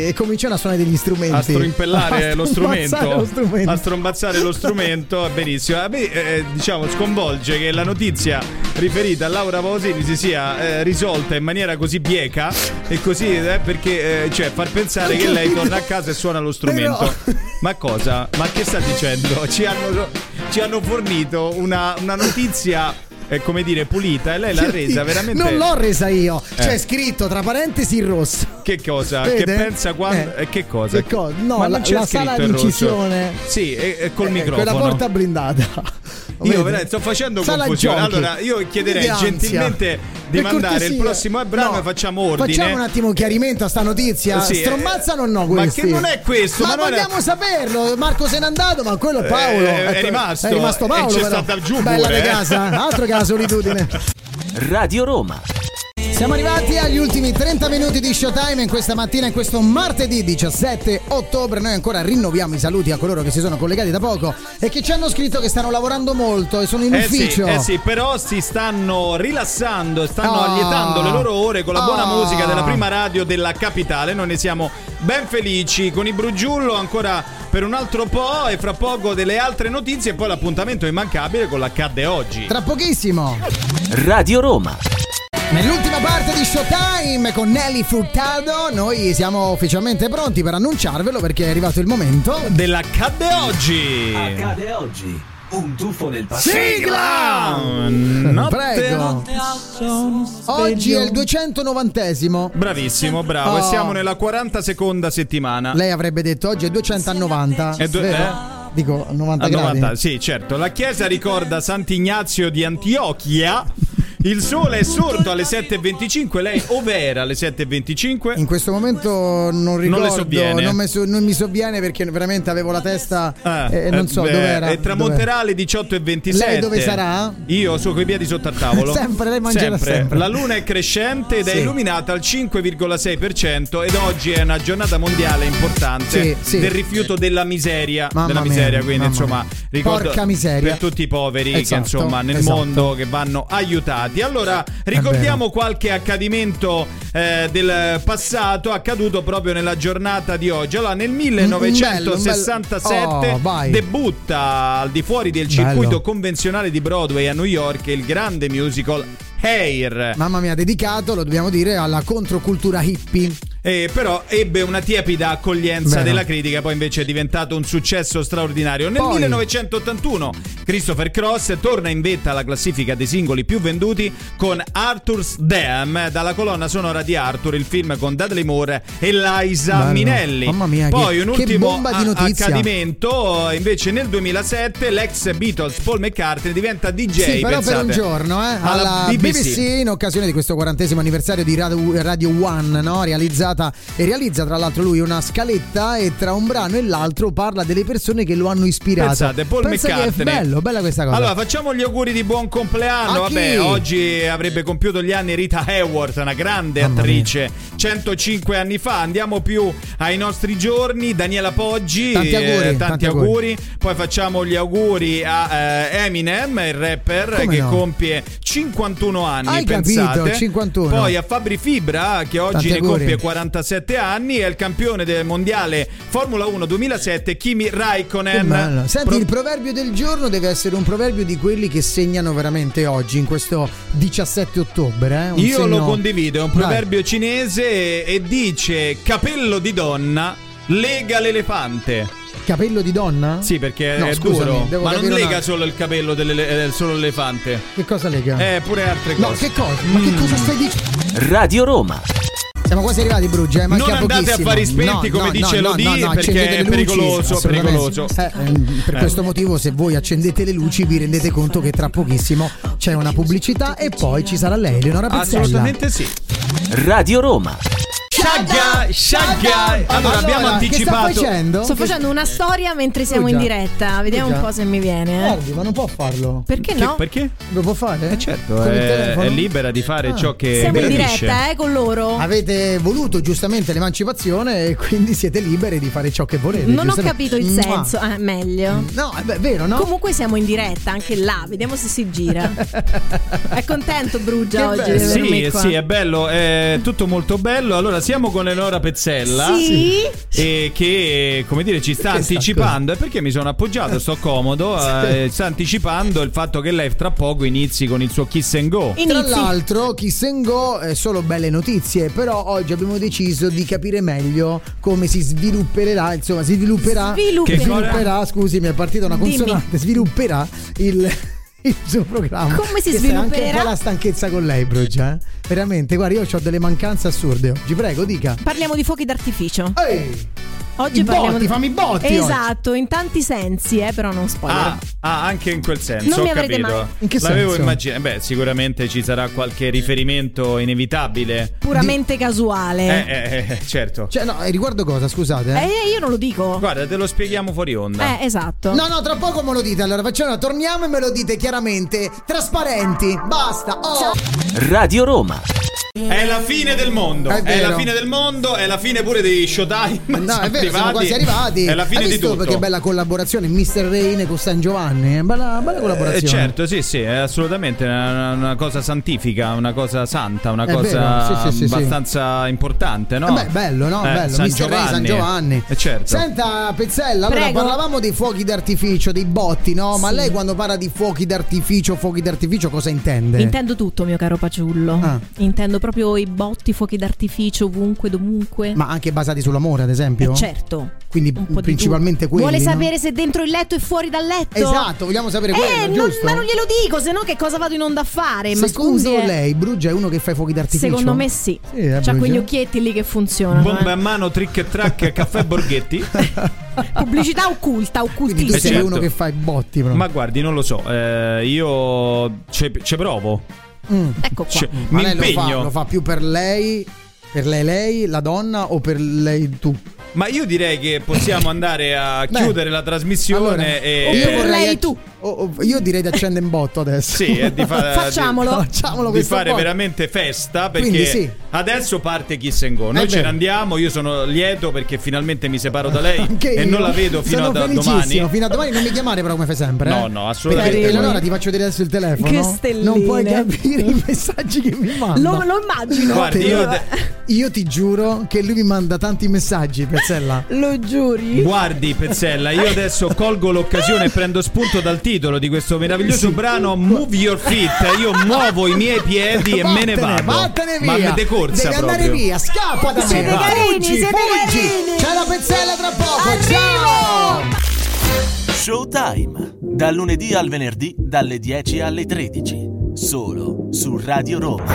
[SPEAKER 3] e- e cominciano a suonare degli strumenti.
[SPEAKER 2] A strompellare
[SPEAKER 3] A
[SPEAKER 2] lo
[SPEAKER 3] strombazzare
[SPEAKER 2] strumento,
[SPEAKER 3] lo strumento.
[SPEAKER 2] a strombazzare lo strumento, benissimo. A me, eh, diciamo, sconvolge che la notizia riferita a Laura Pausini si sia eh, risolta in maniera così bieca e così, eh, perché, eh, cioè, far pensare che lei torna a casa e suona lo strumento.
[SPEAKER 3] Però-
[SPEAKER 2] Ma cosa? Ma che sta dicendo? Ci hanno, ci hanno fornito una, una notizia, eh, come dire, pulita e lei l'ha resa veramente.
[SPEAKER 3] Non l'ho resa io, c'è
[SPEAKER 2] Eh.
[SPEAKER 3] scritto tra parentesi in rosso.
[SPEAKER 2] Che cosa?
[SPEAKER 3] Vede?
[SPEAKER 2] Che pensa quando.
[SPEAKER 3] Eh.
[SPEAKER 2] eh, che cosa?
[SPEAKER 3] Che co- no,
[SPEAKER 2] Ma non
[SPEAKER 3] la-
[SPEAKER 2] c'è
[SPEAKER 3] la
[SPEAKER 2] scritto
[SPEAKER 3] sala
[SPEAKER 2] il
[SPEAKER 3] di
[SPEAKER 2] rosso.
[SPEAKER 3] incisione.
[SPEAKER 2] Sì, e, e col
[SPEAKER 3] Eh,
[SPEAKER 2] microfono.
[SPEAKER 3] Quella porta blindata.
[SPEAKER 2] Io
[SPEAKER 3] vedi?
[SPEAKER 2] veramente sto facendo
[SPEAKER 3] Sala
[SPEAKER 2] confusione.
[SPEAKER 3] giochi.
[SPEAKER 2] Allora, io chiederei
[SPEAKER 3] Vedi ansia.
[SPEAKER 2] gentilmente di
[SPEAKER 3] Per
[SPEAKER 2] mandare
[SPEAKER 3] cortesia.
[SPEAKER 2] il prossimo brano
[SPEAKER 3] No.
[SPEAKER 2] e facciamo ordine.
[SPEAKER 3] Facciamo un attimo un chiarimento a sta notizia.
[SPEAKER 2] Sì, eh,
[SPEAKER 3] Strommazzano o no
[SPEAKER 2] ma
[SPEAKER 3] questi?
[SPEAKER 2] che non è questo,
[SPEAKER 3] Ma,
[SPEAKER 2] ma non è-
[SPEAKER 3] vogliamo saperlo. Marco se n'è andato, ma quello è Paolo.
[SPEAKER 2] Eh, è
[SPEAKER 3] Ecco,
[SPEAKER 2] rimasto.
[SPEAKER 3] È rimasto
[SPEAKER 2] E
[SPEAKER 3] Paolo.
[SPEAKER 2] c'è
[SPEAKER 3] però.
[SPEAKER 2] stata giù
[SPEAKER 3] Bella
[SPEAKER 2] pure,
[SPEAKER 3] di
[SPEAKER 2] eh.
[SPEAKER 3] casa. Altro che la solitudine.
[SPEAKER 1] Radio Roma.
[SPEAKER 3] Siamo arrivati agli ultimi 30 minuti di Showtime in questa mattina, in questo martedì 17 ottobre. Noi ancora rinnoviamo i saluti a coloro che si sono collegati da poco e che ci hanno scritto che stanno lavorando molto e sono in
[SPEAKER 2] Eh sì,
[SPEAKER 3] ufficio.
[SPEAKER 2] eh sì, però si stanno rilassando, stanno
[SPEAKER 3] Ah.
[SPEAKER 2] allietando le loro ore con la buona
[SPEAKER 3] Ah.
[SPEAKER 2] musica della prima radio della capitale. Noi ne siamo ben felici con i Brugiullo ancora per un altro po' e fra poco delle altre notizie e poi l'appuntamento immancabile con l'accadde oggi.
[SPEAKER 3] Tra pochissimo,
[SPEAKER 1] Radio Roma.
[SPEAKER 3] nell'ultima parte di Showtime con Nelly Furtado, noi siamo ufficialmente pronti per annunciarvelo perché è arrivato il momento.
[SPEAKER 2] Dell'accadde oggi.
[SPEAKER 1] Ah,
[SPEAKER 4] Accade oggi un tuffo nel passato.
[SPEAKER 2] Sigla! Notte-
[SPEAKER 3] Prego. Oggi è il 290esimo.
[SPEAKER 2] Bravissimo, bravo. E
[SPEAKER 3] Oh.
[SPEAKER 2] siamo nella 42 settimana.
[SPEAKER 3] Lei avrebbe detto oggi è 290.
[SPEAKER 2] È due- eh?
[SPEAKER 3] vero? Dico 90
[SPEAKER 2] A
[SPEAKER 3] gradi.
[SPEAKER 2] 90, sì, certo. La chiesa ricorda Sant'Ignazio di Antiochia. Il sole è sorto alle 7.25, lei ov'era alle 7.25?
[SPEAKER 3] In questo momento non ricordo,
[SPEAKER 2] le sovviene.
[SPEAKER 3] non mi, so- non mi sovviene perché veramente avevo la testa eh,
[SPEAKER 2] Ah,
[SPEAKER 3] e non so
[SPEAKER 2] beh,
[SPEAKER 3] dove era.
[SPEAKER 2] E tramonterà alle 18.27.
[SPEAKER 3] Lei dove sarà?
[SPEAKER 2] Io sono coi piedi sotto al tavolo.
[SPEAKER 3] Sempre, lei mangerà sempre.
[SPEAKER 2] La luna è crescente ed è
[SPEAKER 3] Sì.
[SPEAKER 2] illuminata al 5,6% ed oggi è una giornata mondiale importante
[SPEAKER 3] Sì, sì.
[SPEAKER 2] del rifiuto della miseria.
[SPEAKER 3] Mamma
[SPEAKER 2] della miseria,
[SPEAKER 3] mia,
[SPEAKER 2] quindi
[SPEAKER 3] mamma
[SPEAKER 2] insomma,
[SPEAKER 3] mia.
[SPEAKER 2] ricordo
[SPEAKER 3] Porca miseria.
[SPEAKER 2] per tutti i poveri che
[SPEAKER 3] Esatto,
[SPEAKER 2] insomma nel
[SPEAKER 3] esatto.
[SPEAKER 2] mondo che vanno aiutati. Allora, ricordiamo qualche accadimento eh, del passato accaduto proprio nella giornata di oggi. Allora, nel
[SPEAKER 3] bello, un bel-
[SPEAKER 2] 1967
[SPEAKER 3] Oh, vai.
[SPEAKER 2] debutta al di fuori del circuito
[SPEAKER 3] Bello.
[SPEAKER 2] convenzionale di Broadway a New York il grande musical Hair.
[SPEAKER 3] Mamma mia, dedicato, lo dobbiamo dire, alla controcultura hippie.
[SPEAKER 2] Eh, però ebbe una tiepida accoglienza
[SPEAKER 3] Vero.
[SPEAKER 2] della critica, poi invece è diventato un successo straordinario. Nel
[SPEAKER 3] Poi-
[SPEAKER 2] 1981 Christopher Cross torna in vetta alla classifica dei singoli più venduti con Arthur's Dam, dalla colonna sonora di Arthur, il film con Dudley Moore e Liza
[SPEAKER 3] Bello.
[SPEAKER 2] Minelli.
[SPEAKER 3] Mamma mia,
[SPEAKER 2] poi
[SPEAKER 3] che-
[SPEAKER 2] un
[SPEAKER 3] che
[SPEAKER 2] ultimo
[SPEAKER 3] bomba di
[SPEAKER 2] a-
[SPEAKER 3] notizia.
[SPEAKER 2] accadimento, eh, invece nel 2007 l'ex Beatles Paul McCartney diventa DJ
[SPEAKER 3] sì, però per un
[SPEAKER 2] pensate,
[SPEAKER 3] giorno, eh,
[SPEAKER 2] alla
[SPEAKER 3] alla BBC. in occasione di questo quarantesimo anniversario di Radio, Radio One, no? Realizzata e realizza tra l'altro lui una scaletta e tra un brano e l'altro parla delle persone che lo hanno ispirato.
[SPEAKER 2] Pensate, Paul
[SPEAKER 3] Pensa che è
[SPEAKER 2] McCartney.
[SPEAKER 3] bello, bella questa cosa.
[SPEAKER 2] Allora, facciamo gli auguri di buon compleanno.
[SPEAKER 3] A chi?
[SPEAKER 2] Vabbè, oggi avrebbe compiuto gli anni Rita Hayworth, una grande
[SPEAKER 3] Mamma
[SPEAKER 2] attrice, 105 anni fa. Andiamo più ai nostri giorni. Daniela Poggi, eh,
[SPEAKER 3] Tanti auguri,
[SPEAKER 2] tanti
[SPEAKER 3] tanti
[SPEAKER 2] auguri.
[SPEAKER 3] auguri.
[SPEAKER 2] Poi facciamo gli auguri a eh, Eminem, il rapper
[SPEAKER 3] Come
[SPEAKER 2] che
[SPEAKER 3] no?
[SPEAKER 2] compie 51 anni.
[SPEAKER 3] Hai
[SPEAKER 2] pensate.
[SPEAKER 3] capito, 51.
[SPEAKER 2] Poi a Fabri Fibra, che oggi
[SPEAKER 3] Tanti
[SPEAKER 2] ne
[SPEAKER 3] auguri.
[SPEAKER 2] compie 47 anni, è il campione del mondiale Formula 1 2007, Kimi
[SPEAKER 3] Che
[SPEAKER 2] Raikkonen.
[SPEAKER 3] bello. Senti,
[SPEAKER 2] Pro-
[SPEAKER 3] il proverbio del giorno deve essere un proverbio di quelli che segnano veramente oggi, in questo 17 ottobre. eh, un
[SPEAKER 2] Io lo
[SPEAKER 3] segno-
[SPEAKER 2] condivido, è un
[SPEAKER 3] Dai.
[SPEAKER 2] proverbio cinese e dice capello di donna lega l'elefante.
[SPEAKER 3] Capello di donna?
[SPEAKER 2] Sì, perché
[SPEAKER 3] No,
[SPEAKER 2] è
[SPEAKER 3] scusami,
[SPEAKER 2] duro,
[SPEAKER 3] devo
[SPEAKER 2] ma non
[SPEAKER 3] capire un
[SPEAKER 2] lega
[SPEAKER 3] attimo.
[SPEAKER 2] solo il capello dell'ele- eh, solo l'elefante.
[SPEAKER 3] Che cosa lega?
[SPEAKER 2] Eh, Mm. pure altre
[SPEAKER 3] Ah. no,
[SPEAKER 2] cose.
[SPEAKER 3] che cosa? Ma che cosa stai dicendo?
[SPEAKER 1] Radio Roma.
[SPEAKER 3] Siamo quasi arrivati, Brugia. Eh, manca
[SPEAKER 2] Non andate
[SPEAKER 3] pochissimo.
[SPEAKER 2] a fare i spenti,
[SPEAKER 3] No,
[SPEAKER 2] come
[SPEAKER 3] no,
[SPEAKER 2] dice
[SPEAKER 3] no,
[SPEAKER 2] Lodi,
[SPEAKER 3] no, no,
[SPEAKER 2] perché
[SPEAKER 3] accendete
[SPEAKER 2] è
[SPEAKER 3] le luci,
[SPEAKER 2] pericoloso,
[SPEAKER 3] assolutamente.
[SPEAKER 2] pericoloso.
[SPEAKER 3] Eh, ehm, per questo motivo, se voi accendete le luci, vi rendete conto che tra pochissimo c'è una pubblicità e poi ci sarà lei, Eleonora Pizzella.
[SPEAKER 2] Assolutamente sì.
[SPEAKER 1] Radio Roma.
[SPEAKER 2] Shagga, shagga. Allora, abbiamo
[SPEAKER 3] Allora, Che sta
[SPEAKER 2] anticipato.
[SPEAKER 3] facendo?
[SPEAKER 5] Sto facendo una storia mentre siamo
[SPEAKER 3] Oh,
[SPEAKER 5] in
[SPEAKER 3] già.
[SPEAKER 5] diretta. Vediamo
[SPEAKER 3] Oh, già.
[SPEAKER 5] un po' se mi viene. eh.
[SPEAKER 3] Guardi, ma non può farlo.
[SPEAKER 5] Perché
[SPEAKER 2] Che-
[SPEAKER 5] no?
[SPEAKER 2] Perché?
[SPEAKER 3] Lo può fare?
[SPEAKER 2] Eh certo,
[SPEAKER 3] Con il
[SPEAKER 2] è,
[SPEAKER 3] telefono?
[SPEAKER 2] è libera di fare
[SPEAKER 3] Ah.
[SPEAKER 2] ciò che
[SPEAKER 5] Siamo in
[SPEAKER 2] gradisce.
[SPEAKER 5] diretta, eh, con loro.
[SPEAKER 3] Avete voluto giustamente l'emancipazione e quindi siete liberi di fare ciò che volete.
[SPEAKER 5] Non ho
[SPEAKER 3] giustamente.
[SPEAKER 5] capito il
[SPEAKER 3] Mua. Mm.
[SPEAKER 5] senso. Eh, meglio.
[SPEAKER 3] No, è be- vero, no?
[SPEAKER 5] Comunque siamo in diretta anche là, vediamo se si gira. È contento
[SPEAKER 3] Che
[SPEAKER 5] Brugia oggi
[SPEAKER 3] bello.
[SPEAKER 5] di avermi
[SPEAKER 2] Sì,
[SPEAKER 5] qua.
[SPEAKER 2] sì, è bello, è tutto molto bello. Allora, siamo con Eleonora Pezzella.
[SPEAKER 5] Sì.
[SPEAKER 2] E che, come dire, ci sta
[SPEAKER 3] Perché sta
[SPEAKER 2] anticipando. È perché mi sono appoggiato, sto comodo. eh, sta anticipando il fatto che lei tra poco inizi con il suo kiss and go.
[SPEAKER 3] Tra
[SPEAKER 5] Inizi.
[SPEAKER 3] l'altro, Kiss and Go è solo belle notizie, però oggi abbiamo deciso di capire meglio come si svilupperà, insomma, si svilupperà,
[SPEAKER 5] Svilupperà.
[SPEAKER 3] si svilupperà, scusi, mi è partita una
[SPEAKER 5] Dimmi.
[SPEAKER 3] consonante, svilupperà il il suo programma.
[SPEAKER 5] Come
[SPEAKER 3] Questa
[SPEAKER 5] si
[SPEAKER 3] è Anche un
[SPEAKER 5] svilupperà?
[SPEAKER 3] po' la stanchezza con lei, Brugia. eh. Veramente, guarda, io ho delle mancanze assurde oggi, prego, dica.
[SPEAKER 5] Parliamo di fuochi d'artificio.
[SPEAKER 3] Ehi!
[SPEAKER 5] Oggi
[SPEAKER 3] Ah, I
[SPEAKER 5] parliamo
[SPEAKER 3] botti, fammi i botti oggi.
[SPEAKER 5] Esatto, in tanti sensi, eh, però non spoiler.
[SPEAKER 2] Ah, ah, anche in quel senso,
[SPEAKER 5] Non mi
[SPEAKER 2] ho
[SPEAKER 5] avrete
[SPEAKER 2] capito.
[SPEAKER 5] mai-
[SPEAKER 3] In che
[SPEAKER 2] L'avevo
[SPEAKER 3] senso?
[SPEAKER 2] immaginato. Beh, sicuramente ci sarà qualche riferimento inevitabile.
[SPEAKER 5] Puramente
[SPEAKER 2] Eh,
[SPEAKER 5] casuale.
[SPEAKER 2] eh, eh, certo.
[SPEAKER 3] Cioè, no, e riguardo cosa, scusate? eh?
[SPEAKER 5] Eh, io non lo dico.
[SPEAKER 2] Guarda, te lo spieghiamo fuori onda.
[SPEAKER 5] Eh, esatto.
[SPEAKER 3] No, no, tra poco me lo dite. Allora, facciamo, torniamo e me lo dite chiaramente. Trasparenti, basta. Oh.
[SPEAKER 1] Radio Roma.
[SPEAKER 2] È la fine del mondo.
[SPEAKER 3] È
[SPEAKER 2] È,
[SPEAKER 3] vero.
[SPEAKER 2] la fine del mondo. È la fine pure di Showtime.
[SPEAKER 3] No,
[SPEAKER 2] Siamo
[SPEAKER 3] è vero, siamo quasi arrivati.
[SPEAKER 2] È la fine
[SPEAKER 3] Hai
[SPEAKER 2] di
[SPEAKER 3] visto
[SPEAKER 2] tutto.
[SPEAKER 3] Che bella collaborazione, Mr. Reine con San Giovanni. Bella, bella
[SPEAKER 2] Eh,
[SPEAKER 3] collaborazione.
[SPEAKER 2] certo, sì, sì, è assolutamente una, una cosa santifica, una cosa santa, una
[SPEAKER 3] È
[SPEAKER 2] cosa
[SPEAKER 3] vero, sì, sì, sì, sì.
[SPEAKER 2] abbastanza importante, no?
[SPEAKER 3] Eh Beh, bello, no?
[SPEAKER 2] Eh,
[SPEAKER 3] bello.
[SPEAKER 2] San
[SPEAKER 3] Mr. Re, San Giovanni.
[SPEAKER 2] Eh, certo.
[SPEAKER 3] Senta, Pezzella, allora
[SPEAKER 5] Prego.
[SPEAKER 3] parlavamo dei fuochi d'artificio, dei botti, no? Ma
[SPEAKER 5] Sì.
[SPEAKER 3] lei quando parla di fuochi d'artificio, fuochi d'artificio, cosa intende?
[SPEAKER 5] Intendo tutto, mio caro Paciullo.
[SPEAKER 3] Ah.
[SPEAKER 5] Intendo proprio i botti, fuochi d'artificio, ovunque, dovunque.
[SPEAKER 3] Ma anche basati sull'amore, ad esempio?
[SPEAKER 5] Eh, certo.
[SPEAKER 3] Quindi
[SPEAKER 5] Un po' di
[SPEAKER 3] principalmente
[SPEAKER 5] tutto.
[SPEAKER 3] quelli.
[SPEAKER 5] Vuole
[SPEAKER 3] no?
[SPEAKER 5] sapere se dentro il letto e fuori dal letto?
[SPEAKER 3] Esatto, vogliamo sapere quello,
[SPEAKER 5] Eh, non-
[SPEAKER 3] giusto?
[SPEAKER 5] ma non glielo dico, se no che cosa vado in onda a fare? Ma
[SPEAKER 3] Secondo
[SPEAKER 5] scusi, eh.
[SPEAKER 3] lei, Brugia è uno che fa i fuochi d'artificio?
[SPEAKER 5] Secondo me sì.
[SPEAKER 3] Sì, eh,
[SPEAKER 5] C'ha
[SPEAKER 3] Brugia.
[SPEAKER 5] quegli occhietti lì che funzionano.
[SPEAKER 2] Bomba
[SPEAKER 5] eh.
[SPEAKER 2] in mano, trick e track, caffè Borghetti.
[SPEAKER 3] Ecco.
[SPEAKER 5] Pubblicità occulta,
[SPEAKER 3] Quindi tu
[SPEAKER 2] Eh,
[SPEAKER 3] sei
[SPEAKER 5] occultissima.
[SPEAKER 2] certo.
[SPEAKER 3] uno che fa i botti, proprio.
[SPEAKER 2] Ma guardi, non lo so, eh, io ci ci provo.
[SPEAKER 3] Mm.
[SPEAKER 5] Ecco qua.
[SPEAKER 2] Ci-
[SPEAKER 3] Ma
[SPEAKER 2] mi
[SPEAKER 3] lei lo fa-
[SPEAKER 2] impegno.
[SPEAKER 3] Lo fa, più per lei, per lei lei, la donna o per lei tu?
[SPEAKER 2] Ma io direi che possiamo andare a
[SPEAKER 3] Beh,
[SPEAKER 2] chiudere la trasmissione
[SPEAKER 3] allora,
[SPEAKER 2] e...
[SPEAKER 5] o per
[SPEAKER 3] Io vorrei
[SPEAKER 5] lei
[SPEAKER 3] acc-
[SPEAKER 5] tu.
[SPEAKER 3] o- o- io direi di accendere in botto adesso.
[SPEAKER 2] Sì, eh, di fa-
[SPEAKER 5] Facciamolo.
[SPEAKER 3] Facciamolo
[SPEAKER 2] di
[SPEAKER 3] questo
[SPEAKER 2] fare
[SPEAKER 3] po'.
[SPEAKER 2] veramente festa perché
[SPEAKER 3] Quindi sì.
[SPEAKER 2] adesso parte Kiss and Go. Noi
[SPEAKER 3] Eh
[SPEAKER 2] ce
[SPEAKER 3] beh.
[SPEAKER 2] ne andiamo, io sono lieto perché finalmente mi separo da lei
[SPEAKER 3] Anche
[SPEAKER 2] e
[SPEAKER 3] io.
[SPEAKER 2] non la vedo fino
[SPEAKER 3] Sono
[SPEAKER 2] a da-
[SPEAKER 3] felicissimo.
[SPEAKER 2] domani.
[SPEAKER 3] Fino a domani non mi chiamare però come fai sempre.
[SPEAKER 2] No,
[SPEAKER 3] eh.
[SPEAKER 2] no, assolutamente.
[SPEAKER 3] Perché,
[SPEAKER 5] Carino.
[SPEAKER 3] allora ti faccio vedere adesso il telefono.
[SPEAKER 5] Che stelline.
[SPEAKER 3] Non puoi capire i messaggi che mi manda.
[SPEAKER 5] Lo, lo immagino.
[SPEAKER 2] Guardi, io
[SPEAKER 5] Lo-
[SPEAKER 2] de-
[SPEAKER 3] Io ti giuro che lui mi manda tanti messaggi, Pezzella.
[SPEAKER 5] lo giuri.
[SPEAKER 2] Guardi Pezzella, io adesso colgo l'occasione e prendo spunto dal titolo di questo meraviglioso brano Move Your Feet. Io muovo i miei piedi e me ne
[SPEAKER 3] Vattene,
[SPEAKER 2] vado.
[SPEAKER 3] Vattene via.
[SPEAKER 2] Ma de corsa
[SPEAKER 3] Devi
[SPEAKER 2] proprio.
[SPEAKER 3] andare via, scappa da me.
[SPEAKER 5] Siete
[SPEAKER 3] va.
[SPEAKER 5] carini,
[SPEAKER 3] Fuggi,
[SPEAKER 5] siete
[SPEAKER 3] fuggi.
[SPEAKER 5] carini.
[SPEAKER 3] C'è la pezzella tra poco.
[SPEAKER 5] Arrivo.
[SPEAKER 3] Ciao.
[SPEAKER 4] Showtime, dal lunedì al venerdì, dalle 10 alle 13, solo su Radio Roma.